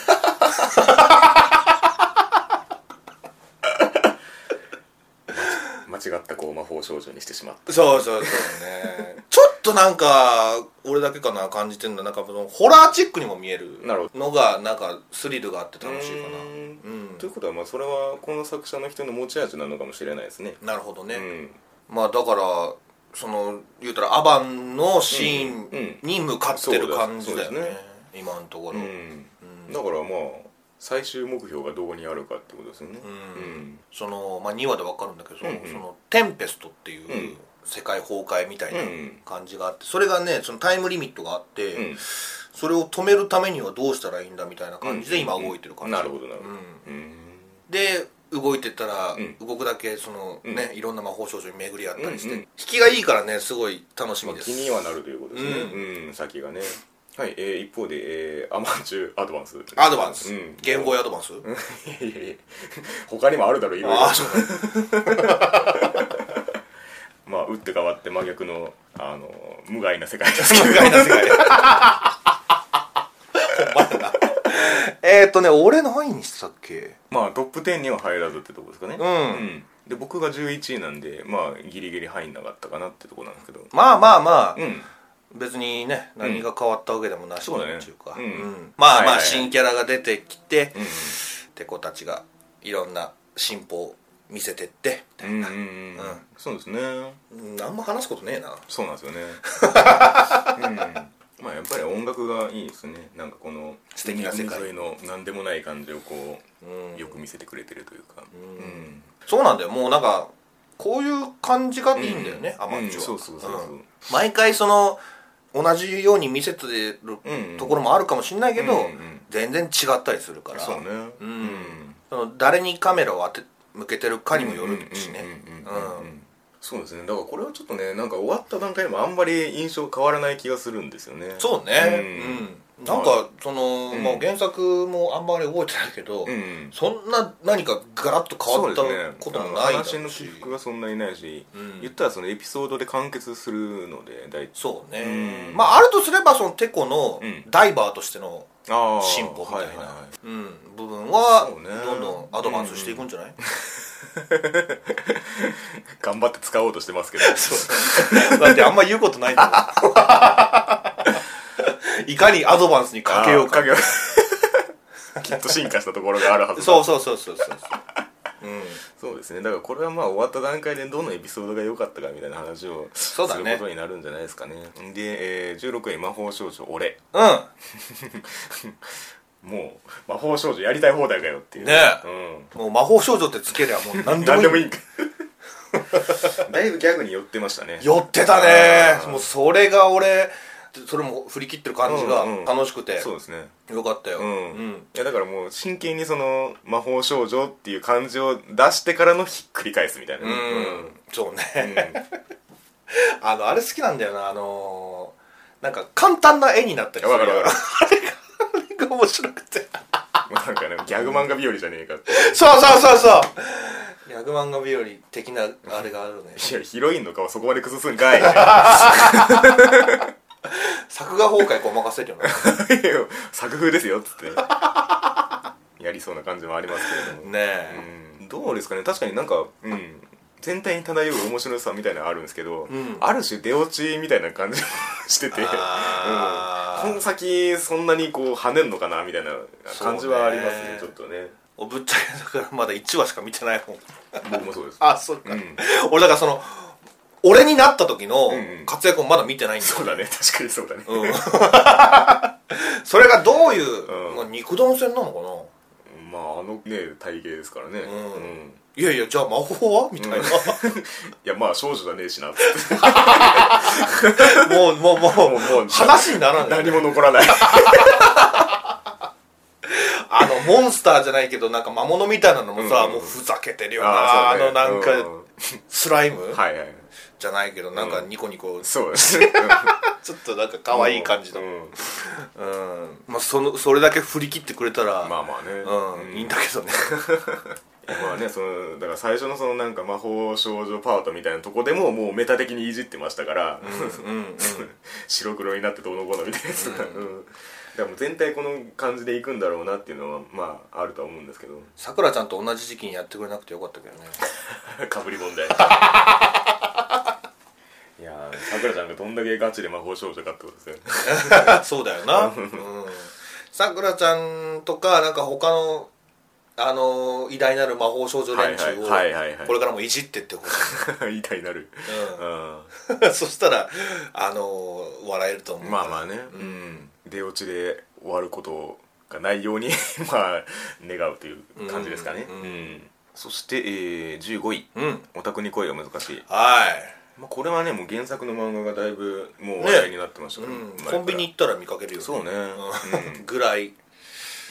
Speaker 1: 間違ったこう魔法少女にしてしまっ
Speaker 2: そうそうそうねちょっとなんか俺だけかな感じてるのはなんかそのホラーチックにも見える
Speaker 1: たなるほど
Speaker 2: のがなんかスリルがあって楽しいかな
Speaker 1: うーん
Speaker 2: うん
Speaker 1: ということはまあそれはこの作者の人の持ち味なのかもしれないですね
Speaker 2: なるほどね、
Speaker 1: うん
Speaker 2: まあだからその言うたらアバンのシーンに向かってる感じだよね,、
Speaker 1: うんうんそうだそう
Speaker 2: 今のとこ
Speaker 1: う
Speaker 2: ろ、
Speaker 1: んだからまあ最終目標がどこにあるかってことですよね
Speaker 2: んその、まあ、2話でわかるんだけど、
Speaker 1: うんうん
Speaker 2: そのテンペストっていう、
Speaker 1: うん
Speaker 2: 世界崩壊みたいな
Speaker 1: うん
Speaker 2: 感じがあってそれがねそのタイムリミットがあって、
Speaker 1: うん
Speaker 2: それを止めるためにはどうしたらいいんだみたいな感じで今動いてる感じ、
Speaker 1: なるほどなるほ
Speaker 2: う
Speaker 1: ど
Speaker 2: ん
Speaker 1: うん
Speaker 2: で動いてたら、
Speaker 1: ん
Speaker 2: 動くだけその、
Speaker 1: ん
Speaker 2: ねいろんな魔法少女に巡り合ったりして、
Speaker 1: うんうん
Speaker 2: 引きがいいからねすごい楽し
Speaker 1: まあ
Speaker 2: みです、
Speaker 1: 気にはなるということですね
Speaker 2: う
Speaker 1: うん先がねはい、えー一方で、えーアマチュアドバンス
Speaker 2: アドバンス、
Speaker 1: うん、 [laughs]
Speaker 2: ゲームボーイアドバンス、
Speaker 1: いやいやいや他にもあるだろいろいろ
Speaker 2: ああそう
Speaker 1: [laughs] まあ打って変わって真逆のあの無害な世界です
Speaker 2: [laughs] 意外な世界ほんまやな [laughs] えーっとね俺何位にしてたっけ
Speaker 1: まあトップ10には入らずってとこですかね
Speaker 2: うん
Speaker 1: で僕が11位なんでまあギリギリ入んなかったかなってとこなんですけど
Speaker 2: まあまあまあ、
Speaker 1: うん
Speaker 2: 別にね何が変わったわけでもなし
Speaker 1: そうだね
Speaker 2: っていうか、
Speaker 1: うん
Speaker 2: んまあまあ、
Speaker 1: はいはい
Speaker 2: 新キャラが出てきて、
Speaker 1: うん
Speaker 2: て子たちがいろんな進歩を見せてって、
Speaker 1: うんうんうん
Speaker 2: うん
Speaker 1: そうですね
Speaker 2: うん、あんま話すことねえな
Speaker 1: そうなんですよねうんまあやっぱり音楽がいいですねなんかこの
Speaker 2: 素敵な世界
Speaker 1: 海沿いの何でもない感じをこ
Speaker 2: うん
Speaker 1: うよく見せてくれてるというかうん
Speaker 2: そうなんだよもうなんかこういう感じがいいんだよね、
Speaker 1: うん
Speaker 2: アマチュア、
Speaker 1: うんそうそうそうそうん
Speaker 2: 毎回その同じように見せてる
Speaker 1: うんうん
Speaker 2: ところもあるかもしれないけど、
Speaker 1: うんうん
Speaker 2: 全然違ったりするから
Speaker 1: そうね
Speaker 2: う
Speaker 1: うん
Speaker 2: その誰にカメラを当て向けてるかにもよるしね
Speaker 1: うんうんうんうんうんそうですねだからこれはちょっとねなんか終わった段階でもあんまり印象変わらない気がするんですよね
Speaker 2: そうね、うんなん
Speaker 1: は
Speaker 2: かその、
Speaker 1: うん
Speaker 2: まあ、原作もあんまり覚えてないけど、
Speaker 1: うんうん
Speaker 2: そんな何かガラッと変わった
Speaker 1: そうですね
Speaker 2: こともないだろうし
Speaker 1: あの話の起伏がそんなにないし、
Speaker 2: うん
Speaker 1: 言ったらそのエピソードで完結するので大体
Speaker 2: そうね、
Speaker 1: うん
Speaker 2: まああるとすればそのテコの
Speaker 1: うん
Speaker 2: ダイバーとしての
Speaker 1: あー
Speaker 2: 進歩みたいな、
Speaker 1: ははは
Speaker 2: うん、部分
Speaker 1: そうね
Speaker 2: はどんどんアドバンスしていくんじゃない、
Speaker 1: 頑張って使おうとして
Speaker 2: [laughs]
Speaker 1: ますけど
Speaker 2: だってあんま言うことないんだもん [laughs] いかにアドバンスにかけよう
Speaker 1: あ
Speaker 2: か
Speaker 1: ーよう [laughs] きっと進化したところがあるはずだ
Speaker 2: そうそうそうそうそうそう、うん、
Speaker 1: そうですねだからこれはまあ終わった段階でどのエピソードが良かったかみたいな話をす
Speaker 2: そ
Speaker 1: る
Speaker 2: うだ
Speaker 1: こ
Speaker 2: ね
Speaker 1: とになるんじゃないですかねで、えー16位魔法少女俺
Speaker 2: うん
Speaker 1: もう魔法少女やりたい放題かよっていう
Speaker 2: ねもう魔法少女ってつけりゃもう
Speaker 1: う
Speaker 2: 何
Speaker 1: ん何で
Speaker 2: でも
Speaker 1: も
Speaker 2: い
Speaker 1: い
Speaker 2: い
Speaker 1: い [laughs] んかだいぶギャグに寄ってましたね
Speaker 2: 寄ってたね
Speaker 1: あー
Speaker 2: もうそれが俺それも振り切ってる感じが
Speaker 1: うんうん
Speaker 2: 楽しくて
Speaker 1: そうですね
Speaker 2: よかったよ
Speaker 1: うん、
Speaker 2: うん
Speaker 1: いやだからもう真剣にその魔法少女っていう感じを出してからのひっくり返すみたいな
Speaker 2: う
Speaker 1: ねうん
Speaker 2: んそう
Speaker 1: うん
Speaker 2: ね [laughs] あのあれ好きなんだよなあのーなんか簡単な絵になったりす
Speaker 1: わ
Speaker 2: る
Speaker 1: かるわ
Speaker 2: [laughs]
Speaker 1: かる
Speaker 2: なんか面白くて
Speaker 1: まあなんかねギャグ漫画日和じゃねえか [laughs] って
Speaker 2: そうそうそうそう [laughs] ギャグ漫画日和的なあれがあるね
Speaker 1: いやヒロインの顔そこまで崩すん [laughs] かいいや
Speaker 2: 作画崩壊ごまかせるよな
Speaker 1: [laughs] 作風ですよっつってやりそうな感じもありますけれども、
Speaker 2: ねえ
Speaker 1: うんどうですかね確かになんか、うん、全体に漂う面白さみたいなのあるんですけど、
Speaker 2: ん
Speaker 1: ある種出落ちみたいな感じもしてて、うん、こ
Speaker 2: あー
Speaker 1: の先そんなにこう跳ねんのかなみたいな感じはありますねち
Speaker 2: そ
Speaker 1: ょっとね
Speaker 2: おぶっちゃけだからまだ1話しか見てないもん
Speaker 1: 僕もそうです
Speaker 2: あそっ
Speaker 1: う
Speaker 2: か、
Speaker 1: ん [laughs]
Speaker 2: 俺だからその俺になった時の
Speaker 1: うんうん
Speaker 2: 活躍をまだ見てないんだよ
Speaker 1: そうだね確かにそうだね、
Speaker 2: うんそれがどういう、
Speaker 1: うん
Speaker 2: まあ肉弾戦なのかな
Speaker 1: まああのね体型ですからね、
Speaker 2: ん
Speaker 1: うん
Speaker 2: いやいやじゃあ魔法はみたいな、
Speaker 1: いやまあ少女じゃねえ
Speaker 2: [laughs]
Speaker 1: しなって
Speaker 2: もう [laughs] もうもう
Speaker 1: もうもう
Speaker 2: 話にならない
Speaker 1: 何も残らない [laughs]
Speaker 2: あのモンスターじゃないけどなんか魔物みたいなのもさ、
Speaker 1: うん
Speaker 2: もうふざけてるよなあ,、
Speaker 1: ーそう
Speaker 2: のなんか、
Speaker 1: うん
Speaker 2: スライム、
Speaker 1: はいはい
Speaker 2: じゃないけどなんか
Speaker 1: うん
Speaker 2: ニコニコ、ち
Speaker 1: そうですねうん
Speaker 2: ょっとなんか [laughs] 可愛い感じの
Speaker 1: う
Speaker 2: うん、
Speaker 1: ん
Speaker 2: まあ、そのそれだけ振り切ってくれたら、
Speaker 1: まあまあね
Speaker 2: うんいいんだけど [laughs] ね
Speaker 1: まあねそのだから最初のそのなんか魔法少女パートみたいなとこでももうメタ的にいじってましたから、
Speaker 2: うんうん
Speaker 1: 白黒になってどうのこうのみたいなやつが、うんだからもう全体この感じでいくんだろうなっていうのはまああるとは思うんですけど [laughs]
Speaker 2: さくらちゃんと同じ時期にやってくれなくてよかったけどね
Speaker 1: かぶり問題 [laughs] いやーさくらちゃんがどんだけガチで魔法少女かってことですよね
Speaker 2: [laughs] そうだ
Speaker 1: [laughs]
Speaker 2: よな、うん、さくらちゃんとかなんか他のあのー偉大なる魔法少女連中を
Speaker 1: はいはいはいはいはい
Speaker 2: これからもいじってってほし
Speaker 1: [laughs] 言いたいなる、
Speaker 2: い、
Speaker 1: うん
Speaker 2: うん、 [laughs] そしたらあのー笑えると思う
Speaker 1: まあまあね、出落ちで終わることがないように [laughs] まあ願うという感じですかね、
Speaker 2: うん
Speaker 1: そして、えー15位
Speaker 2: うん
Speaker 1: 「オタクに恋は難しい
Speaker 2: はい」
Speaker 1: まあ、これはねもう原作の漫画がだいぶもう
Speaker 2: ね
Speaker 1: 話題になってましたから、
Speaker 2: うん、
Speaker 1: 前から
Speaker 2: コンビニ行ったら見かけるよ、ね、
Speaker 1: そうね、
Speaker 2: うんぐらい、
Speaker 1: うん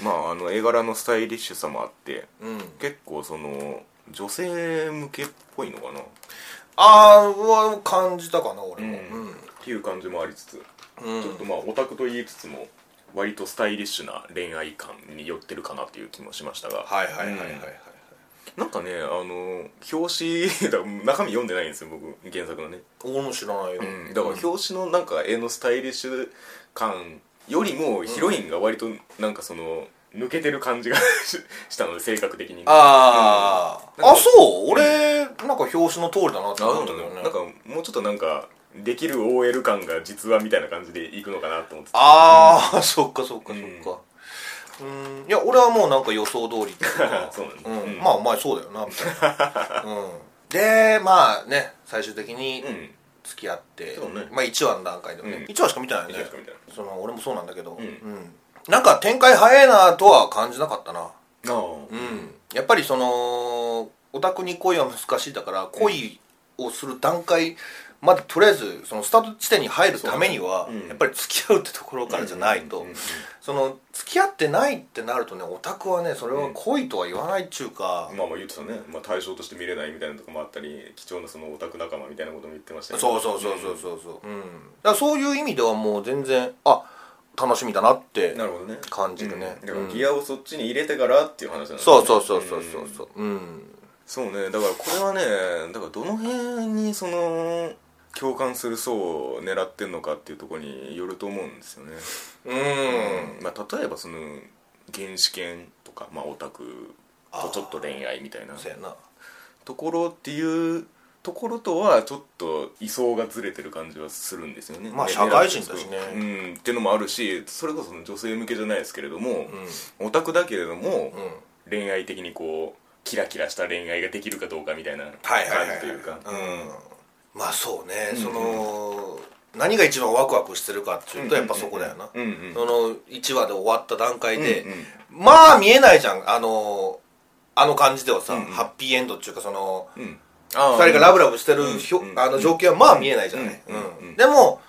Speaker 1: まああの絵柄のスタイリッシュさもあって
Speaker 2: うん、
Speaker 1: 結構その女性向けっぽいのかなっ
Speaker 2: ああ感じたかな俺も、
Speaker 1: うんていう感じもありつつ
Speaker 2: うん
Speaker 1: ちょっとまあオタクと言いつつも割とスタイリッシュな恋愛感に寄ってるかなっていう気もしましたが
Speaker 2: はいはいはいはいはい、
Speaker 1: うんなんかねあの表紙 [laughs] だから中身読んでないんですよ僕原作のね、
Speaker 2: 俺も知らないよ、
Speaker 1: うん、だから表紙のなんか絵のスタイリッシュ感よりもヒロインが割となんかその抜けてる感じが [laughs] ししたので性格的にね
Speaker 2: ああ、
Speaker 1: うん
Speaker 2: あそう俺、なんか表紙の通りだなって
Speaker 1: あそ
Speaker 2: 思っ
Speaker 1: う
Speaker 2: たけど
Speaker 1: なの
Speaker 2: ね
Speaker 1: なんかもうちょっとなんかできる OL 感が実はみたいな感じでいくのかなと思って
Speaker 2: ああ、そっかそっかそっ
Speaker 1: うん
Speaker 2: かうんいや俺はもうなんか予想通りっていう
Speaker 1: [laughs]
Speaker 2: か
Speaker 1: そうなんだ
Speaker 2: うん
Speaker 1: うん
Speaker 2: まあお前そうだよなみたい
Speaker 1: [laughs]
Speaker 2: な、うん、でまあね最終的に
Speaker 1: うん
Speaker 2: 付き合って、
Speaker 1: そうね
Speaker 2: まあ1話の段階でもね、
Speaker 1: うん
Speaker 2: 1話しか見てないよ
Speaker 1: いい
Speaker 2: ね
Speaker 1: じゃないですかみたいな
Speaker 2: その俺もそうなんだけど、
Speaker 1: うん
Speaker 2: なんか展開早いなとは感じなかったな
Speaker 1: ああ
Speaker 2: うんやっぱりそのオタクに恋は難しいだから恋をする段階までとりあえずそのスタート地点に入るためには、
Speaker 1: そうだねうん
Speaker 2: やっぱり付き合うってところからじゃない
Speaker 1: う
Speaker 2: と、
Speaker 1: んうんうん
Speaker 2: その付き合ってないってなるとねオタクはねそれは恋とは言わないっちゅうか、
Speaker 1: まあまあ言ってたね、まあ、対象として見れないみたいなとこもあったり貴重なそのオタク仲間みたいなことも言ってましたけど
Speaker 2: そうそうそうそうそうそう、うん、だからそういう意味ではもう全然あ楽しみだなって
Speaker 1: なるほどね
Speaker 2: 感じるね
Speaker 1: うんだから
Speaker 2: うん
Speaker 1: ギアをそっちに入れてからっていう話なんだね
Speaker 2: そうそうそうそうそうんそううん
Speaker 1: そうねだからこれはねだからどの辺にその共感する層を狙ってんのかっていうところによると思うんですよね、
Speaker 2: うん、
Speaker 1: うんまあ、例えばその原始犬とか、まあ、オタクとちょっと恋愛みたいな
Speaker 2: そうやな
Speaker 1: ところっていうところとはちょっと位相がずれてる感じはするんですよね
Speaker 2: まあ
Speaker 1: ね
Speaker 2: 社会人だしね
Speaker 1: うん、っていうのもあるしそれこそ女性向けじゃないですけれども
Speaker 2: う、ん
Speaker 1: オタクだけれども、
Speaker 2: うん
Speaker 1: 恋愛的にこうキラキラした恋愛ができるかどうかみたいな感
Speaker 2: はいはいはい
Speaker 1: じというか、
Speaker 2: うん、まあそうね、
Speaker 1: うん
Speaker 2: その何が一番ワクワクしてるかっていうとやっぱそこだよな、
Speaker 1: うんうん
Speaker 2: その1話で終わった段階で、
Speaker 1: うんうん
Speaker 2: まあ見えないじゃんあのあの感じではさ、
Speaker 1: うんうん
Speaker 2: ハッピーエンドっていうかその
Speaker 1: うん
Speaker 2: 2
Speaker 1: あー
Speaker 2: 人がラブラブしてるひょ、
Speaker 1: うんうん
Speaker 2: あの状況はまあ見えないじゃない、
Speaker 1: う
Speaker 2: うんん
Speaker 1: うんうん
Speaker 2: でも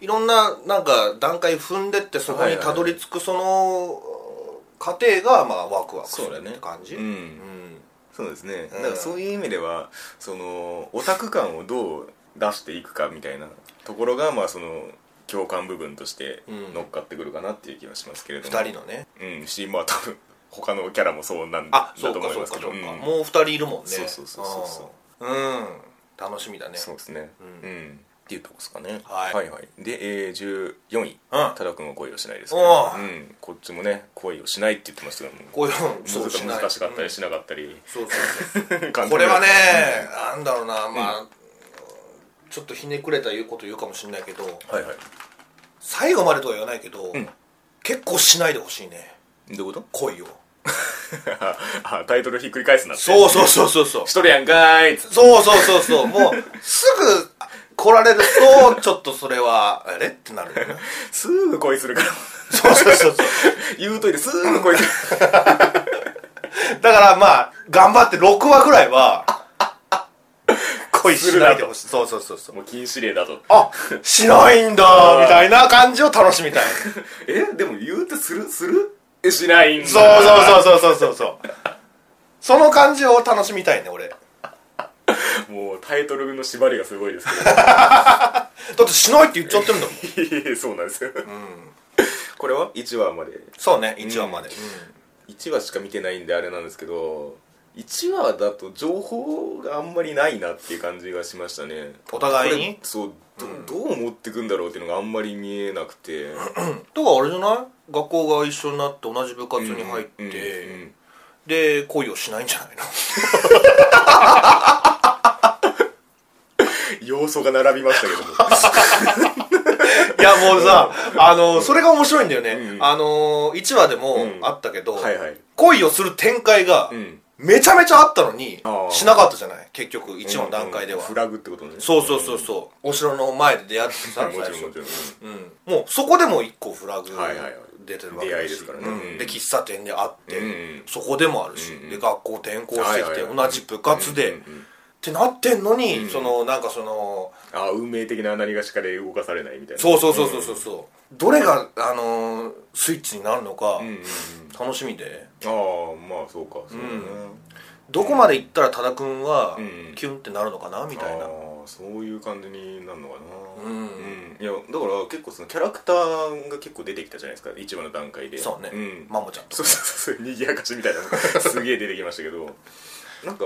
Speaker 2: いろんななんか段階踏んでってそこにたどり着くその過程がまあワクワクす
Speaker 1: そう
Speaker 2: る
Speaker 1: だ
Speaker 2: って
Speaker 1: ね
Speaker 2: 感じ、
Speaker 1: う
Speaker 2: うん
Speaker 1: んそうですね、
Speaker 2: うん
Speaker 1: だからそういう意味ではそのオタク感をどう出していくかみたいなところがまあその共感部分として
Speaker 2: うん
Speaker 1: 乗っかってくるかなっていう気はしますけれども、
Speaker 2: 2人のね
Speaker 1: 人うんしまあ多分他のキャラもそうなんだ
Speaker 2: あ
Speaker 1: と
Speaker 2: そう
Speaker 1: 思
Speaker 2: か
Speaker 1: い
Speaker 2: そう
Speaker 1: ま
Speaker 2: か
Speaker 1: す
Speaker 2: そ
Speaker 1: け
Speaker 2: うか、
Speaker 1: どうん
Speaker 2: もう2人いるもんね
Speaker 1: そうそうそうそうそ
Speaker 2: うんうん楽しみだね
Speaker 1: そうですね
Speaker 2: う
Speaker 1: うんっていうとこですかね
Speaker 2: はい
Speaker 1: はいはいで、えー、14位
Speaker 2: うん
Speaker 1: 多田君は恋をしないですけど
Speaker 2: お
Speaker 1: う
Speaker 2: う
Speaker 1: んこっちもね恋をしないって言ってましたけども
Speaker 2: こういうのそうしない
Speaker 1: 難しかった
Speaker 2: うん
Speaker 1: りしなかったり、
Speaker 2: そうそうそう
Speaker 1: 感じ
Speaker 2: こ
Speaker 1: が
Speaker 2: れはねなんだろうなまあ、ちょっとひねくれた言うこと言うかもしれないけど
Speaker 1: はいはい
Speaker 2: 最後までとは言わないけど、
Speaker 1: ん
Speaker 2: 結構しないでほしいね
Speaker 1: どういうこと [laughs]
Speaker 2: 恋を
Speaker 1: あタイトルひっくり返すなって
Speaker 2: そうそうそうそうそう
Speaker 1: しとるやんかーいっつって
Speaker 2: そうそうそうそうもうすぐ来られるとちょっとそれはあれってなるよね
Speaker 1: [laughs] すぐ恋するから [laughs]
Speaker 2: そうそうそうそう
Speaker 1: 言うといてすぐ恋する
Speaker 2: [laughs] だからまあ頑張って6話ぐらいは恋しないでほしいそうそうそうそう
Speaker 1: もう禁止令だと
Speaker 2: あしないんだみたいな感じを楽しみたい
Speaker 1: えでも言うてするするえしないんだ
Speaker 2: そうそうそうそうそうそうそうその感じを楽しみたいね俺だ
Speaker 1: うもうタイトルの縛りがすごいです
Speaker 2: ってしないって言っちゃってるんだもん
Speaker 1: けどいえいえそうなんですよ、これは1話まで
Speaker 2: そうね1話まで、
Speaker 1: 1話しか見てないんであれなんですけど1話だと情報があんまりないなっていう感じがしましたね
Speaker 2: お互いに
Speaker 1: これそうど,、うどう持ってくんだろうっていうのがあんまり見えなくて [laughs]
Speaker 2: とかあれじゃない学校が一緒になって同じ部活に入って、
Speaker 1: うんうん
Speaker 2: で恋をしないんじゃないの
Speaker 1: 要素が並びましたけども
Speaker 2: いやもうさ、あのそれが面白いんだよね、
Speaker 1: うん
Speaker 2: あの1話でも
Speaker 1: ん
Speaker 2: あったけど、
Speaker 1: はいはい
Speaker 2: 恋をする展開が、
Speaker 1: ん
Speaker 2: めちゃめちゃあったのに
Speaker 1: あー
Speaker 2: しなかったじゃない結局1話の段階では、
Speaker 1: フラグってことね
Speaker 2: そうそうそうそうお城の前で出会ってさ
Speaker 1: [laughs] もち
Speaker 2: 最
Speaker 1: ろん
Speaker 2: 初
Speaker 1: もちろん
Speaker 2: うん、もうそこでも1個フラグ
Speaker 1: はいはいはい
Speaker 2: 出てるわけだ
Speaker 1: 出
Speaker 2: し
Speaker 1: 会いですからね
Speaker 2: うん
Speaker 1: うん
Speaker 2: で喫茶店で会って、
Speaker 1: うん
Speaker 2: そこでもあるし、
Speaker 1: うん
Speaker 2: で学校転校してき
Speaker 1: はい
Speaker 2: て
Speaker 1: はいはい
Speaker 2: 同じ部活で、
Speaker 1: うんうんうん
Speaker 2: ってなってんのに、
Speaker 1: ん
Speaker 2: そのなんかその
Speaker 1: あ運命的な何がしかで動かされないみたいな
Speaker 2: そうそうそうそうそうそうどれが、あのースイッチになるのか
Speaker 1: うんうんうん
Speaker 2: 楽しみで
Speaker 1: ああまあそうかそうだね
Speaker 2: どこまで行ったら多田君は
Speaker 1: うん
Speaker 2: キュンってなるのかなみ
Speaker 1: み
Speaker 2: たいな、
Speaker 1: あーそういう感じになるのかな
Speaker 2: うん
Speaker 1: いやだから結構そのキャラクターが結構出てきたじゃないですか一話の段階で
Speaker 2: そうね、
Speaker 1: ん、
Speaker 2: マモちゃんと
Speaker 1: そうそうそうそうにぎやかしみたい
Speaker 2: [laughs]
Speaker 1: なのすげえ出てきましたけどなんか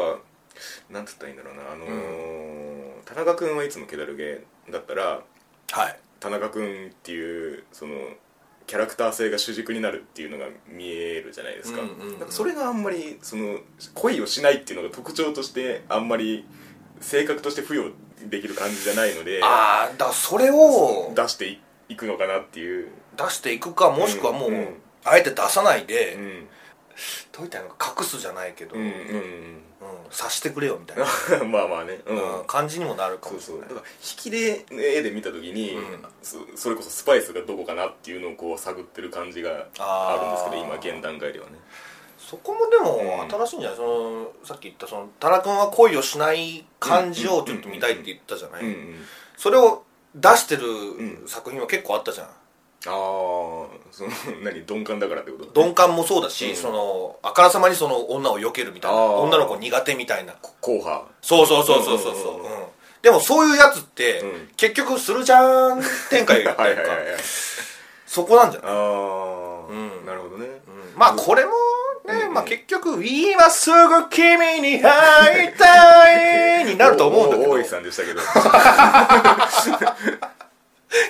Speaker 1: なんつったらいいんだろうなあのー田中君はいつも気だるげだったら
Speaker 2: はい
Speaker 1: 田中君っていうそのキャラクター性が主軸になるっていうのが見えるじゃないですか,、
Speaker 2: うんうんうん
Speaker 1: なんかそれがあんまりその恋をしないっていうのが特徴としてあんまり性格として付与できる感じじゃないので
Speaker 2: ああだからそれを
Speaker 1: 出していいくのかなっていう、
Speaker 2: 出していくかもしくはもう、
Speaker 1: うんうん
Speaker 2: あえて出さないで、
Speaker 1: うん
Speaker 2: どういったらいいのか隠すじゃないけど、
Speaker 1: うん
Speaker 2: うん察してくれよみたいな、
Speaker 1: うんうん [laughs] まあまあね、うん
Speaker 2: うん感じにもなるか
Speaker 1: そ
Speaker 2: も
Speaker 1: う
Speaker 2: し
Speaker 1: そ
Speaker 2: れ
Speaker 1: う
Speaker 2: な
Speaker 1: だ
Speaker 2: い
Speaker 1: から引きで絵で見た時に、
Speaker 2: うん
Speaker 1: そそれこそスパイスがどこかなっていうのをこう探ってる感じがあるんですけど
Speaker 2: あー
Speaker 1: 今現段階ではね
Speaker 2: そこもで
Speaker 1: う
Speaker 2: も
Speaker 1: ん
Speaker 2: 新しいんじゃない、そのさっき言ったそのタラ君は恋をしない感じ
Speaker 1: う
Speaker 2: を
Speaker 1: ん
Speaker 2: ちょっと見たいって言ったじゃない、
Speaker 1: うん、うん
Speaker 2: それを出してる
Speaker 1: ん
Speaker 2: 作品は結構あったじゃん
Speaker 1: ああその [laughs] 何鈍感だからってこと
Speaker 2: 鈍感もそうだし、
Speaker 1: うん
Speaker 2: そのあからさまにその女を避けるみたいな
Speaker 1: あー
Speaker 2: 女の子苦手みたいな
Speaker 1: 硬派
Speaker 2: そうそうそうそうそうそうう、
Speaker 1: ん
Speaker 2: う
Speaker 1: うんんうん
Speaker 2: でもそういうやつって、
Speaker 1: うん
Speaker 2: 結局するじゃん展開
Speaker 1: [laughs]
Speaker 2: が
Speaker 1: はいはいはいはい
Speaker 2: そこなんじゃない、
Speaker 1: ああ、
Speaker 2: うん
Speaker 1: なるほどね、
Speaker 2: うんまあこれもね、
Speaker 1: うん
Speaker 2: まあ結局「今すぐ君に会いたい」になると思うんだけ
Speaker 1: お
Speaker 2: ど
Speaker 1: お大井さんでした
Speaker 2: [laughs]
Speaker 1: けど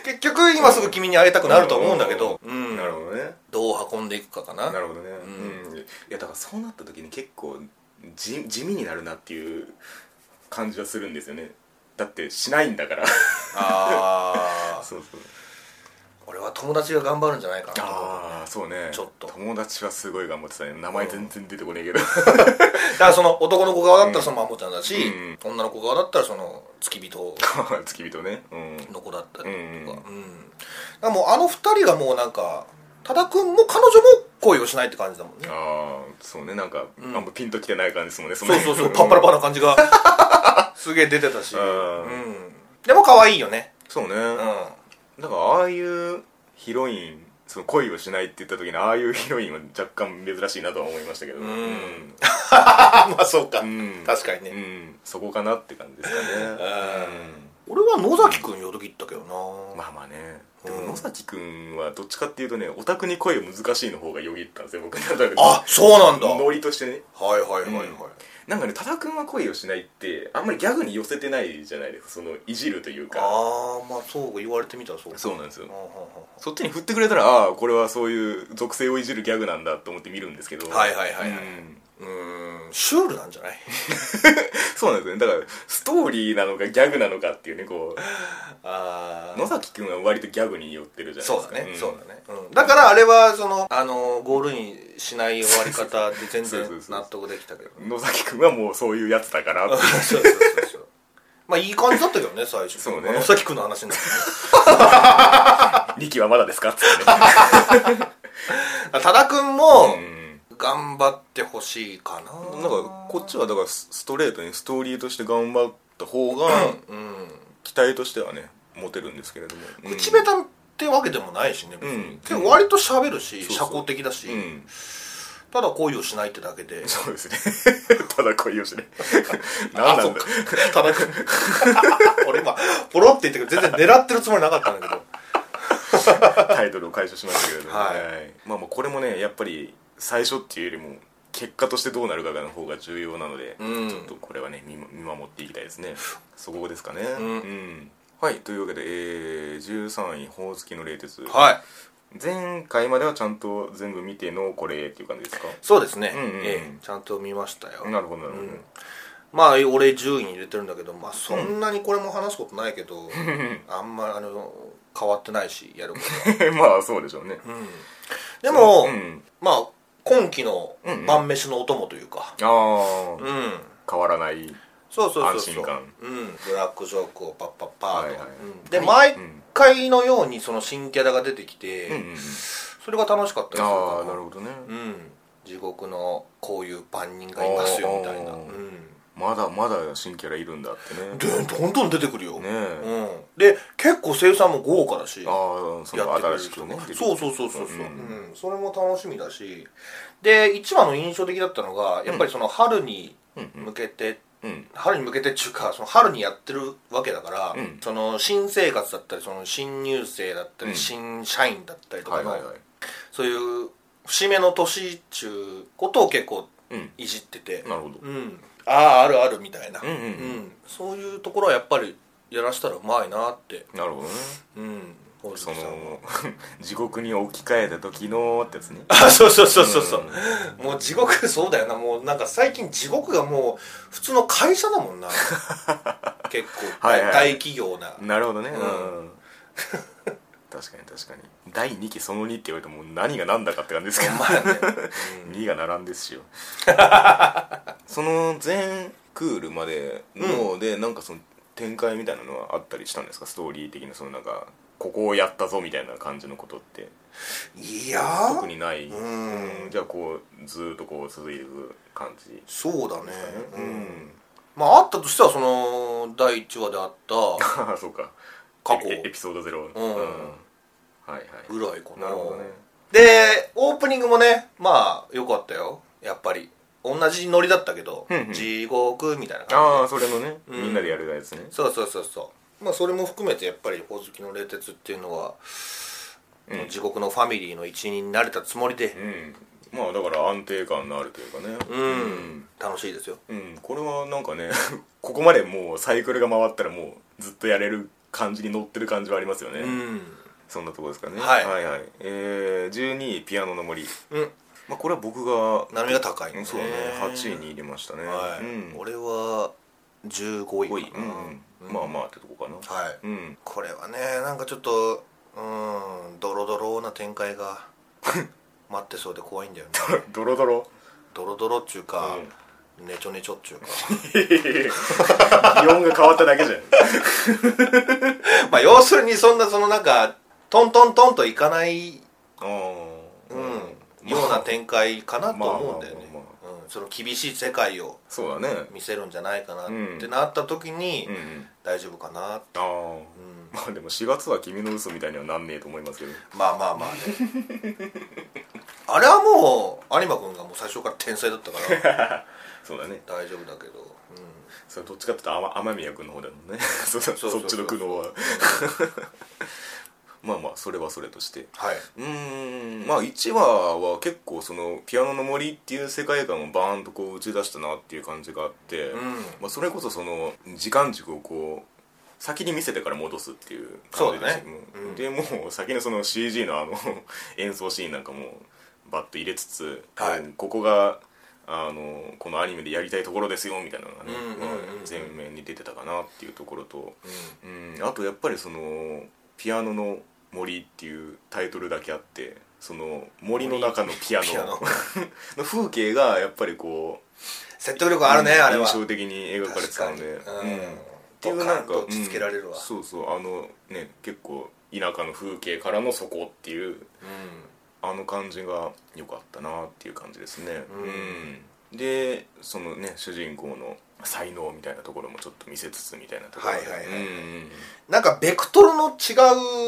Speaker 2: 結局今すぐ君に会いたくなると思うんだけど、うん
Speaker 1: なるほどね
Speaker 2: どう運んでいくかかな
Speaker 1: なるほどね、
Speaker 2: ん
Speaker 1: うんいやだからそうなった時に結構地地味になるなっていう感じはするんですよねだってしないんだから
Speaker 2: [laughs] ああ
Speaker 1: そうそう
Speaker 2: [laughs] 俺は友達が頑張るんじゃないかなと思う
Speaker 1: ああそうね
Speaker 2: ちょっと
Speaker 1: 友達はすごい頑張ってたね名前全然出てこねえけど [laughs]
Speaker 2: だからその男の子側だったらそのマモちゃんだし、
Speaker 1: うん
Speaker 2: 女の子側だったらその付き人
Speaker 1: 付き人ねうん
Speaker 2: の子だったりとか
Speaker 1: う
Speaker 2: うん、だからもうあの二人がもうなんか多田君も彼女も恋をしないって感じだもんね
Speaker 1: ああそうねなんか、あんまピンときてない感じですもんねそ
Speaker 2: そうそうそうパッパラパな感じが [laughs] すげえ出てたし、
Speaker 1: うん
Speaker 2: うんでも可愛いよね
Speaker 1: そうね、
Speaker 2: うん
Speaker 1: だからああいうヒロインその恋をしないって言った時にああいうヒロインは若干珍しいなとは思いましたけどうん
Speaker 2: [laughs] んあまあそうか、
Speaker 1: うん
Speaker 2: 確かにね、
Speaker 1: うんそこかなって感じですかね
Speaker 2: 俺は野崎君よどきったけどな、
Speaker 1: うんまあまあねで
Speaker 2: う
Speaker 1: も
Speaker 2: ん
Speaker 1: 野崎くんはどっちかっていうとねオタクに恋を難しいの方がよぎったんですよ僕の中で
Speaker 2: あそうなんだはい
Speaker 1: ノリとしてね
Speaker 2: はいはいはい、
Speaker 1: うんなんかね多田くんは恋をしないってあんまりギャグに寄せてないじゃないですかそのいじるというか
Speaker 2: ああまあそう言われてみたらそうか
Speaker 1: そうなんですよ
Speaker 2: うんうんうん
Speaker 1: そっちに振ってくれたらああこれはそういう属性をいじるギャグなんだと思って見るんですけど
Speaker 2: はいはいはいはい
Speaker 1: うん
Speaker 2: うーんシュールなんじゃ
Speaker 1: [laughs]
Speaker 2: ない
Speaker 1: そうなんですよねだからストーリーなのかギャグなのかっていうねこう
Speaker 2: あ
Speaker 1: 野崎君は割とギャグに寄ってるじゃない
Speaker 2: そ
Speaker 1: で
Speaker 2: う
Speaker 1: すか
Speaker 2: だね、
Speaker 1: ん
Speaker 2: そうだね、うん、だからあれはその、あのゴールインしない終わり方で全
Speaker 1: そう
Speaker 2: 然
Speaker 1: そうそう
Speaker 2: 納得できたけど
Speaker 1: 野崎君はもうそういうやつだからって
Speaker 2: [laughs] そうそうそうそうまあいい感じだったけどね最初
Speaker 1: そうね
Speaker 2: まあ野崎君の話
Speaker 1: [laughs]
Speaker 2: になる
Speaker 1: 「2期はまだですか?」っつって
Speaker 2: 多田君も
Speaker 1: ね
Speaker 2: 頑張ってほしいかな、
Speaker 1: うんなんかこっちはだからスストレートにストーリーとして頑張った方が
Speaker 2: うん
Speaker 1: 期待としてはね持てるんですけれども、うん
Speaker 2: 口下手ってわけでもないしね、別に
Speaker 1: うん
Speaker 2: けど割と喋るし
Speaker 1: そう
Speaker 2: 社
Speaker 1: そう
Speaker 2: 交的だし、
Speaker 1: うん
Speaker 2: ただ恋をしないってだけで
Speaker 1: そうですね [laughs] ただ恋をしね何なんだ
Speaker 2: あそっか田中 [laughs] 俺今ポロって言ったけど全然狙ってるつもりなかったんだけど
Speaker 1: タイトルを解消しましたけれども、
Speaker 2: はい
Speaker 1: まあまあこれもねやっぱり最初っていうよりも結果としてどうなるかの方が重要なので、
Speaker 2: うん
Speaker 1: ちょっとこれはね見見守っていきたいですねそこですかね
Speaker 2: うん
Speaker 1: んはいというわけで、えー13位「ほおずきの冷徹」
Speaker 2: はい
Speaker 1: 前回まではちゃんと全部見てのこれっていう感じですか
Speaker 2: そうですね、
Speaker 1: うんうんうん
Speaker 2: ええちゃんと見ましたよ
Speaker 1: なるほどなるほど、
Speaker 2: まあ俺10位に入れてるんだけど、まあ、そんなにこれも話すことないけど、あんまあの変わってないしやること
Speaker 1: [laughs]
Speaker 2: は
Speaker 1: まあそうでしょうね、
Speaker 2: でも、
Speaker 1: うん
Speaker 2: まあ今期の
Speaker 1: うんうん
Speaker 2: 晩飯のお供というか
Speaker 1: ああ、
Speaker 2: うん、
Speaker 1: 変わらない
Speaker 2: そうそうそう
Speaker 1: 安
Speaker 2: そう
Speaker 1: 心感
Speaker 2: うん、ブラックジョークをパッパッパーと、
Speaker 1: はいはい
Speaker 2: うんで毎
Speaker 1: うん
Speaker 2: 回のようにその新キャラが出てきて、
Speaker 1: うんうんうん
Speaker 2: それが楽しかったりする
Speaker 1: あ
Speaker 2: か
Speaker 1: あ
Speaker 2: な
Speaker 1: なるほどね、
Speaker 2: うん、地獄のこういう番人がいますよみたいな
Speaker 1: あー
Speaker 2: うん
Speaker 1: まだまだ新キャラいるんだってね
Speaker 2: でどんどん出てくるよ、
Speaker 1: ねえ、
Speaker 2: うん、で結構声優さんも豪華だし
Speaker 1: ああその
Speaker 2: やってくれ
Speaker 1: 新
Speaker 2: る
Speaker 1: しくね
Speaker 2: そうそうそうそうそう、
Speaker 1: うん
Speaker 2: うんそれも楽しみだしで1話の印象的だったのがやっぱりその春に向けてっ
Speaker 1: うん
Speaker 2: 春に向けてっていうかその春にやってるわけだから、
Speaker 1: うん
Speaker 2: その新生活だったりその新入生だったり、
Speaker 1: うん
Speaker 2: 新社員だったりとかの、
Speaker 1: い
Speaker 2: そういう節目の年っちゅうことを結構
Speaker 1: うん
Speaker 2: いじってて、
Speaker 1: なるほど
Speaker 2: うん、あああるあるみたいな、
Speaker 1: うんうん
Speaker 2: そういうところはやっぱりやらしたらうまいなって、
Speaker 1: なるほどね
Speaker 2: うん、大
Speaker 1: そ
Speaker 2: 関さんは
Speaker 1: の [laughs] 地獄に置き換えた時のってやつね
Speaker 2: [laughs] あそうそうそうそうそう、
Speaker 1: ん
Speaker 2: もう地獄そうだよなもうなんか最近地獄がもう普通の会社だ
Speaker 1: [laughs]
Speaker 2: もんな結構
Speaker 1: はいはい
Speaker 2: 大企
Speaker 1: [laughs]
Speaker 2: 業な
Speaker 1: なるほどねうんん [laughs] 確かに確かに第2期その2って言われてもう何が何だかって感じですけど [laughs]
Speaker 2: まあね、
Speaker 1: 2が並んです
Speaker 2: [laughs]
Speaker 1: よその全クールまでので、なんかその展開みたいなのはあったりしたんですかストーリー的なそのなんかここをやったぞみたいな感じのことって
Speaker 2: うんいやー
Speaker 1: 特にない、
Speaker 2: うん
Speaker 1: じゃあこうずーっとこう続いていく感じ [laughs]
Speaker 2: そうだね、う
Speaker 1: うんん
Speaker 2: まああったとしてはその第1話であった
Speaker 1: ああそうか
Speaker 2: 過去
Speaker 1: エピエピソードゼロ
Speaker 2: うん
Speaker 1: はいはい
Speaker 2: ぐらいかな
Speaker 1: なるほどね
Speaker 2: でオープニングもねまあよかったよやっぱり同じノリだったけど
Speaker 1: うんうん
Speaker 2: 地獄みたいな感
Speaker 1: ああそれのね、
Speaker 2: うん
Speaker 1: みんなでやるやつね
Speaker 2: じそうそうそうそうまあそれも含めてやっぱりほおずきの冷徹っていうのは、
Speaker 1: うん
Speaker 2: 地獄のファミリーの一員になれたつもりで
Speaker 1: うんまあだから安定感のあるというかね
Speaker 2: うん、楽しいですよ
Speaker 1: うん、これはなんかね [laughs] ここまでもうサイクルが回ったらもうずっとやれる感じに乗ってる感じはありますよね、
Speaker 2: うん、
Speaker 1: そんなとこですかね
Speaker 2: はい
Speaker 1: はいえー、12位ピアノの森、
Speaker 2: うん、
Speaker 1: まあ、これは僕が
Speaker 2: 波が高いね
Speaker 1: そうだね8位に入れましたね、
Speaker 2: は
Speaker 1: う
Speaker 2: い、
Speaker 1: ん、
Speaker 2: 俺は15
Speaker 1: 5
Speaker 2: 位
Speaker 1: 位、
Speaker 2: か
Speaker 1: う
Speaker 2: な、
Speaker 1: んまあまあってとこかな、
Speaker 2: はい
Speaker 1: うん
Speaker 2: これはねなんかちょっとうんドロドロな展
Speaker 1: [laughs]
Speaker 2: 開が待ってそうで怖いんだよね
Speaker 1: [laughs] ドロドロ
Speaker 2: ドロドロっちゅうか、ねちょねちょっちゅうか [laughs]
Speaker 1: 擬音が変わっただけ [laughs] じゃん
Speaker 2: まあ要するにそんなそのなんかトントントンといかない、
Speaker 1: あー
Speaker 2: う
Speaker 1: うんん
Speaker 2: ような展開かなと思うんだよね、
Speaker 1: まあま
Speaker 2: うん、その厳しい世界を
Speaker 1: そうだね
Speaker 2: 見せるんじゃないかな
Speaker 1: う
Speaker 2: っ
Speaker 1: ん
Speaker 2: てなった時に、
Speaker 1: うんうん
Speaker 2: 大丈夫かな、
Speaker 1: ああ
Speaker 2: うん、
Speaker 1: まあでも4月は君の嘘みたいにはなんねえと思いますけど
Speaker 2: まあまあまあね [laughs] あれはもう有馬君がもう最初から天才だったから
Speaker 1: [laughs] そうだね
Speaker 2: 大丈夫だけど、
Speaker 1: それどっちかって言ったら天宮君の方だもんね [laughs] そそ
Speaker 2: そうそうそう
Speaker 1: っちの苦悩は [laughs] まあまあそれはそれとして
Speaker 2: はい、
Speaker 1: うーんまあ1話は結構その「ピアノの森」っていう世界観をバーンとこう打ち出したなっていう感じがあって、
Speaker 2: うん、
Speaker 1: まあ、それこそその時間軸をこう先に見せてから戻すっていう感じでしたけど
Speaker 2: そうだねうん
Speaker 1: でもう先のその CG のあ [laughs] の演奏シーンなんかもバッと入れつつ、
Speaker 2: はい
Speaker 1: ここがあのこのアニメでやりたいところですよみたいなのがね
Speaker 2: うんうんうん
Speaker 1: 全面に出てたかなっていうところと、
Speaker 2: うん
Speaker 1: うん、あとやっぱりその「ピアノの森」っていうタイトルだけあってその森の中のピアノ
Speaker 2: ピアノ
Speaker 1: [laughs] の風景がやっぱりこう
Speaker 2: 説得力あるねあれは
Speaker 1: 印象的に描かれてたので
Speaker 2: 確かにうん
Speaker 1: っていうなんか
Speaker 2: ポカンと落ち着けられるわ
Speaker 1: うんそうそうあのね結構田舎の風景からのそこっていうあの感じが良かったなっていう感じですね
Speaker 2: うん
Speaker 1: うんでそのね主人公の才能みたいなところもちょっと見せつつみたいなところ
Speaker 2: はいはいはい
Speaker 1: うんうん
Speaker 2: なんかベクトルの違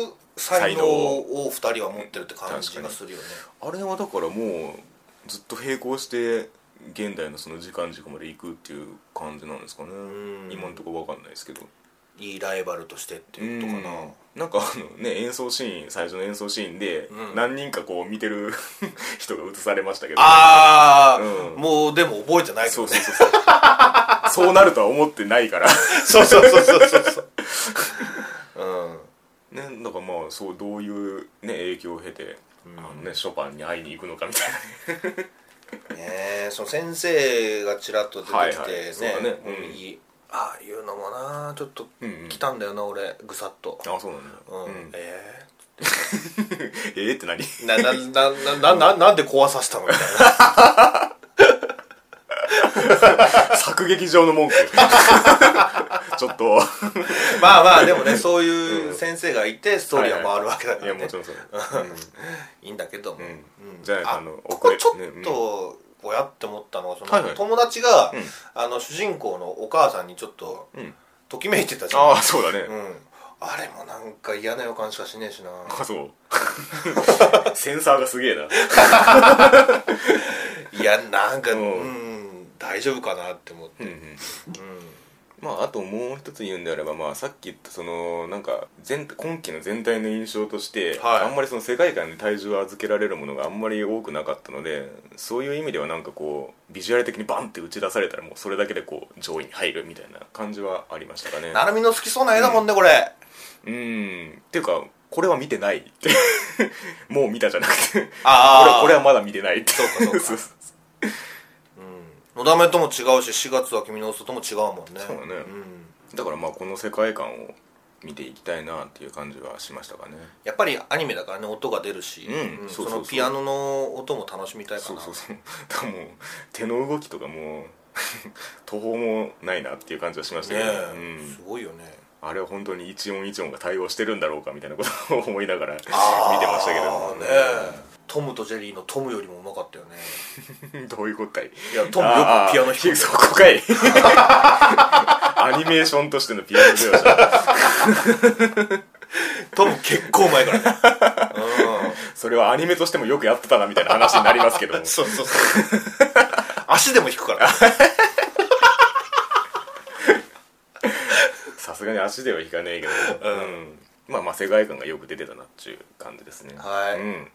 Speaker 2: う才
Speaker 1: 才
Speaker 2: 能
Speaker 1: 能
Speaker 2: を2人は持ってるって感じがするよね
Speaker 1: あれはだからもうずっと並行して現代のその時間軸まで行くっていう感じなんですかね
Speaker 2: ん
Speaker 1: 今のところわかんないですけど
Speaker 2: いいライバルとしてって
Speaker 1: う
Speaker 2: い
Speaker 1: ん
Speaker 2: うことかな
Speaker 1: なんかあのね演奏シーン最初の演奏シーンで、
Speaker 2: うん
Speaker 1: 何人かこう見てる [laughs] 人が映されましたけど
Speaker 2: あー、
Speaker 1: うん
Speaker 2: もうでも覚えてないけ
Speaker 1: そ
Speaker 2: ど
Speaker 1: う
Speaker 2: ね
Speaker 1: そうそうそう [laughs] そうなるとは思ってないから
Speaker 2: そうそうそうそうそうそううん
Speaker 1: ねだからまあそうどういう、ね、影響を経て、あのね、ショパンに会いに行くのかみたいな
Speaker 2: ねえその先生がちらっと出てきてね,、
Speaker 1: はいはいそうだねうん
Speaker 2: 右ああいうのもなちょっと
Speaker 1: うんうん
Speaker 2: 来たんだよな俺ぐさっと、
Speaker 1: あそうなんだ、
Speaker 2: うん
Speaker 1: うん
Speaker 2: ええ
Speaker 1: ええって何
Speaker 2: な、な、な、な、な、 [laughs] なんで壊させたのみた
Speaker 1: [laughs]
Speaker 2: い
Speaker 1: 作劇場の文句 [laughs] ちょっと
Speaker 2: な。まあまあ、でもね、そういう先生がいて、ストーリーは回るわけだか
Speaker 1: い
Speaker 2: ら
Speaker 1: や
Speaker 2: ね
Speaker 1: もち。ろんそう、
Speaker 2: いいんだけども。
Speaker 1: うん
Speaker 2: うん
Speaker 1: じゃないとあの
Speaker 2: ここちょ
Speaker 1: ねう
Speaker 2: っ
Speaker 1: ん
Speaker 2: と、おやって思ったのは、そ
Speaker 1: はい
Speaker 2: の
Speaker 1: はい
Speaker 2: 友達が
Speaker 1: うん、
Speaker 2: あの、主人公のお母さんにちょっと
Speaker 1: うん、
Speaker 2: ときめいてたじゃん。
Speaker 1: ああそうだね、
Speaker 2: うん。あれもなんか嫌な予感しかしねえしな。
Speaker 1: あ [laughs] そうセンサーがすげえな
Speaker 2: 嫌、なんか、う
Speaker 1: うん
Speaker 2: ん、だ大丈夫かなって思って、
Speaker 1: うんうんまあ、あともう一つ言うんであれば、まあ、さっき言ったそのなんか全今期の全体の印象として、
Speaker 2: はい
Speaker 1: あんまりその世界観に体重を預けられるものがあんまり多くなかったのでそういう意味ではなんかこうビジュアル的にバンって打ち出されたらもうそれだけでこう上位に入るみたいな感じはありましたかね
Speaker 2: うん、。成美の好きそうな絵だもんねこれ、
Speaker 1: うんっていうかこれは見てないっ
Speaker 2: [laughs]
Speaker 1: てもう見たじゃなくて
Speaker 2: ああ
Speaker 1: これこれはまだ見てないって
Speaker 2: そうかそうか
Speaker 1: [laughs] そうそう
Speaker 2: のだめとも違うし4月は君の嘘とも違うもんね
Speaker 1: そうだね
Speaker 2: ん
Speaker 1: だからまあこの世界観を見ていきたいなっていう感じはしましたかね
Speaker 2: やっぱりアニメだからね音が出るし、
Speaker 1: うんそうそうそう
Speaker 2: のピアノの音も楽しみたいか
Speaker 1: そう
Speaker 2: な
Speaker 1: そうそう [laughs] だからもう手の動きとかもう [laughs] 途方もないなっていう感じはしました
Speaker 2: ね
Speaker 1: けど、
Speaker 2: え、
Speaker 1: うん
Speaker 2: すごいよね
Speaker 1: あれは本当に一音一音が対応してるんだろうかみたいなことを [laughs] 思いながら見てましたけど
Speaker 2: あ
Speaker 1: も
Speaker 2: ーねえトムとジェリーのトムよりもうまかったよね
Speaker 1: うんどういうことだい
Speaker 2: いやトムよくピアノ弾く
Speaker 1: あー [laughs] そこかいアニメーションとしてのピアノ描写
Speaker 2: トム結構前からね
Speaker 1: [laughs] それはアニメとしてもよくやってたなみたいな話になりますけども
Speaker 2: [laughs] うんそうそうそう足でも弾くからね
Speaker 1: さすがに足では弾かねえけど、うんまあまあ世界観がよく出てたなっていう感じですね
Speaker 2: はい
Speaker 1: うん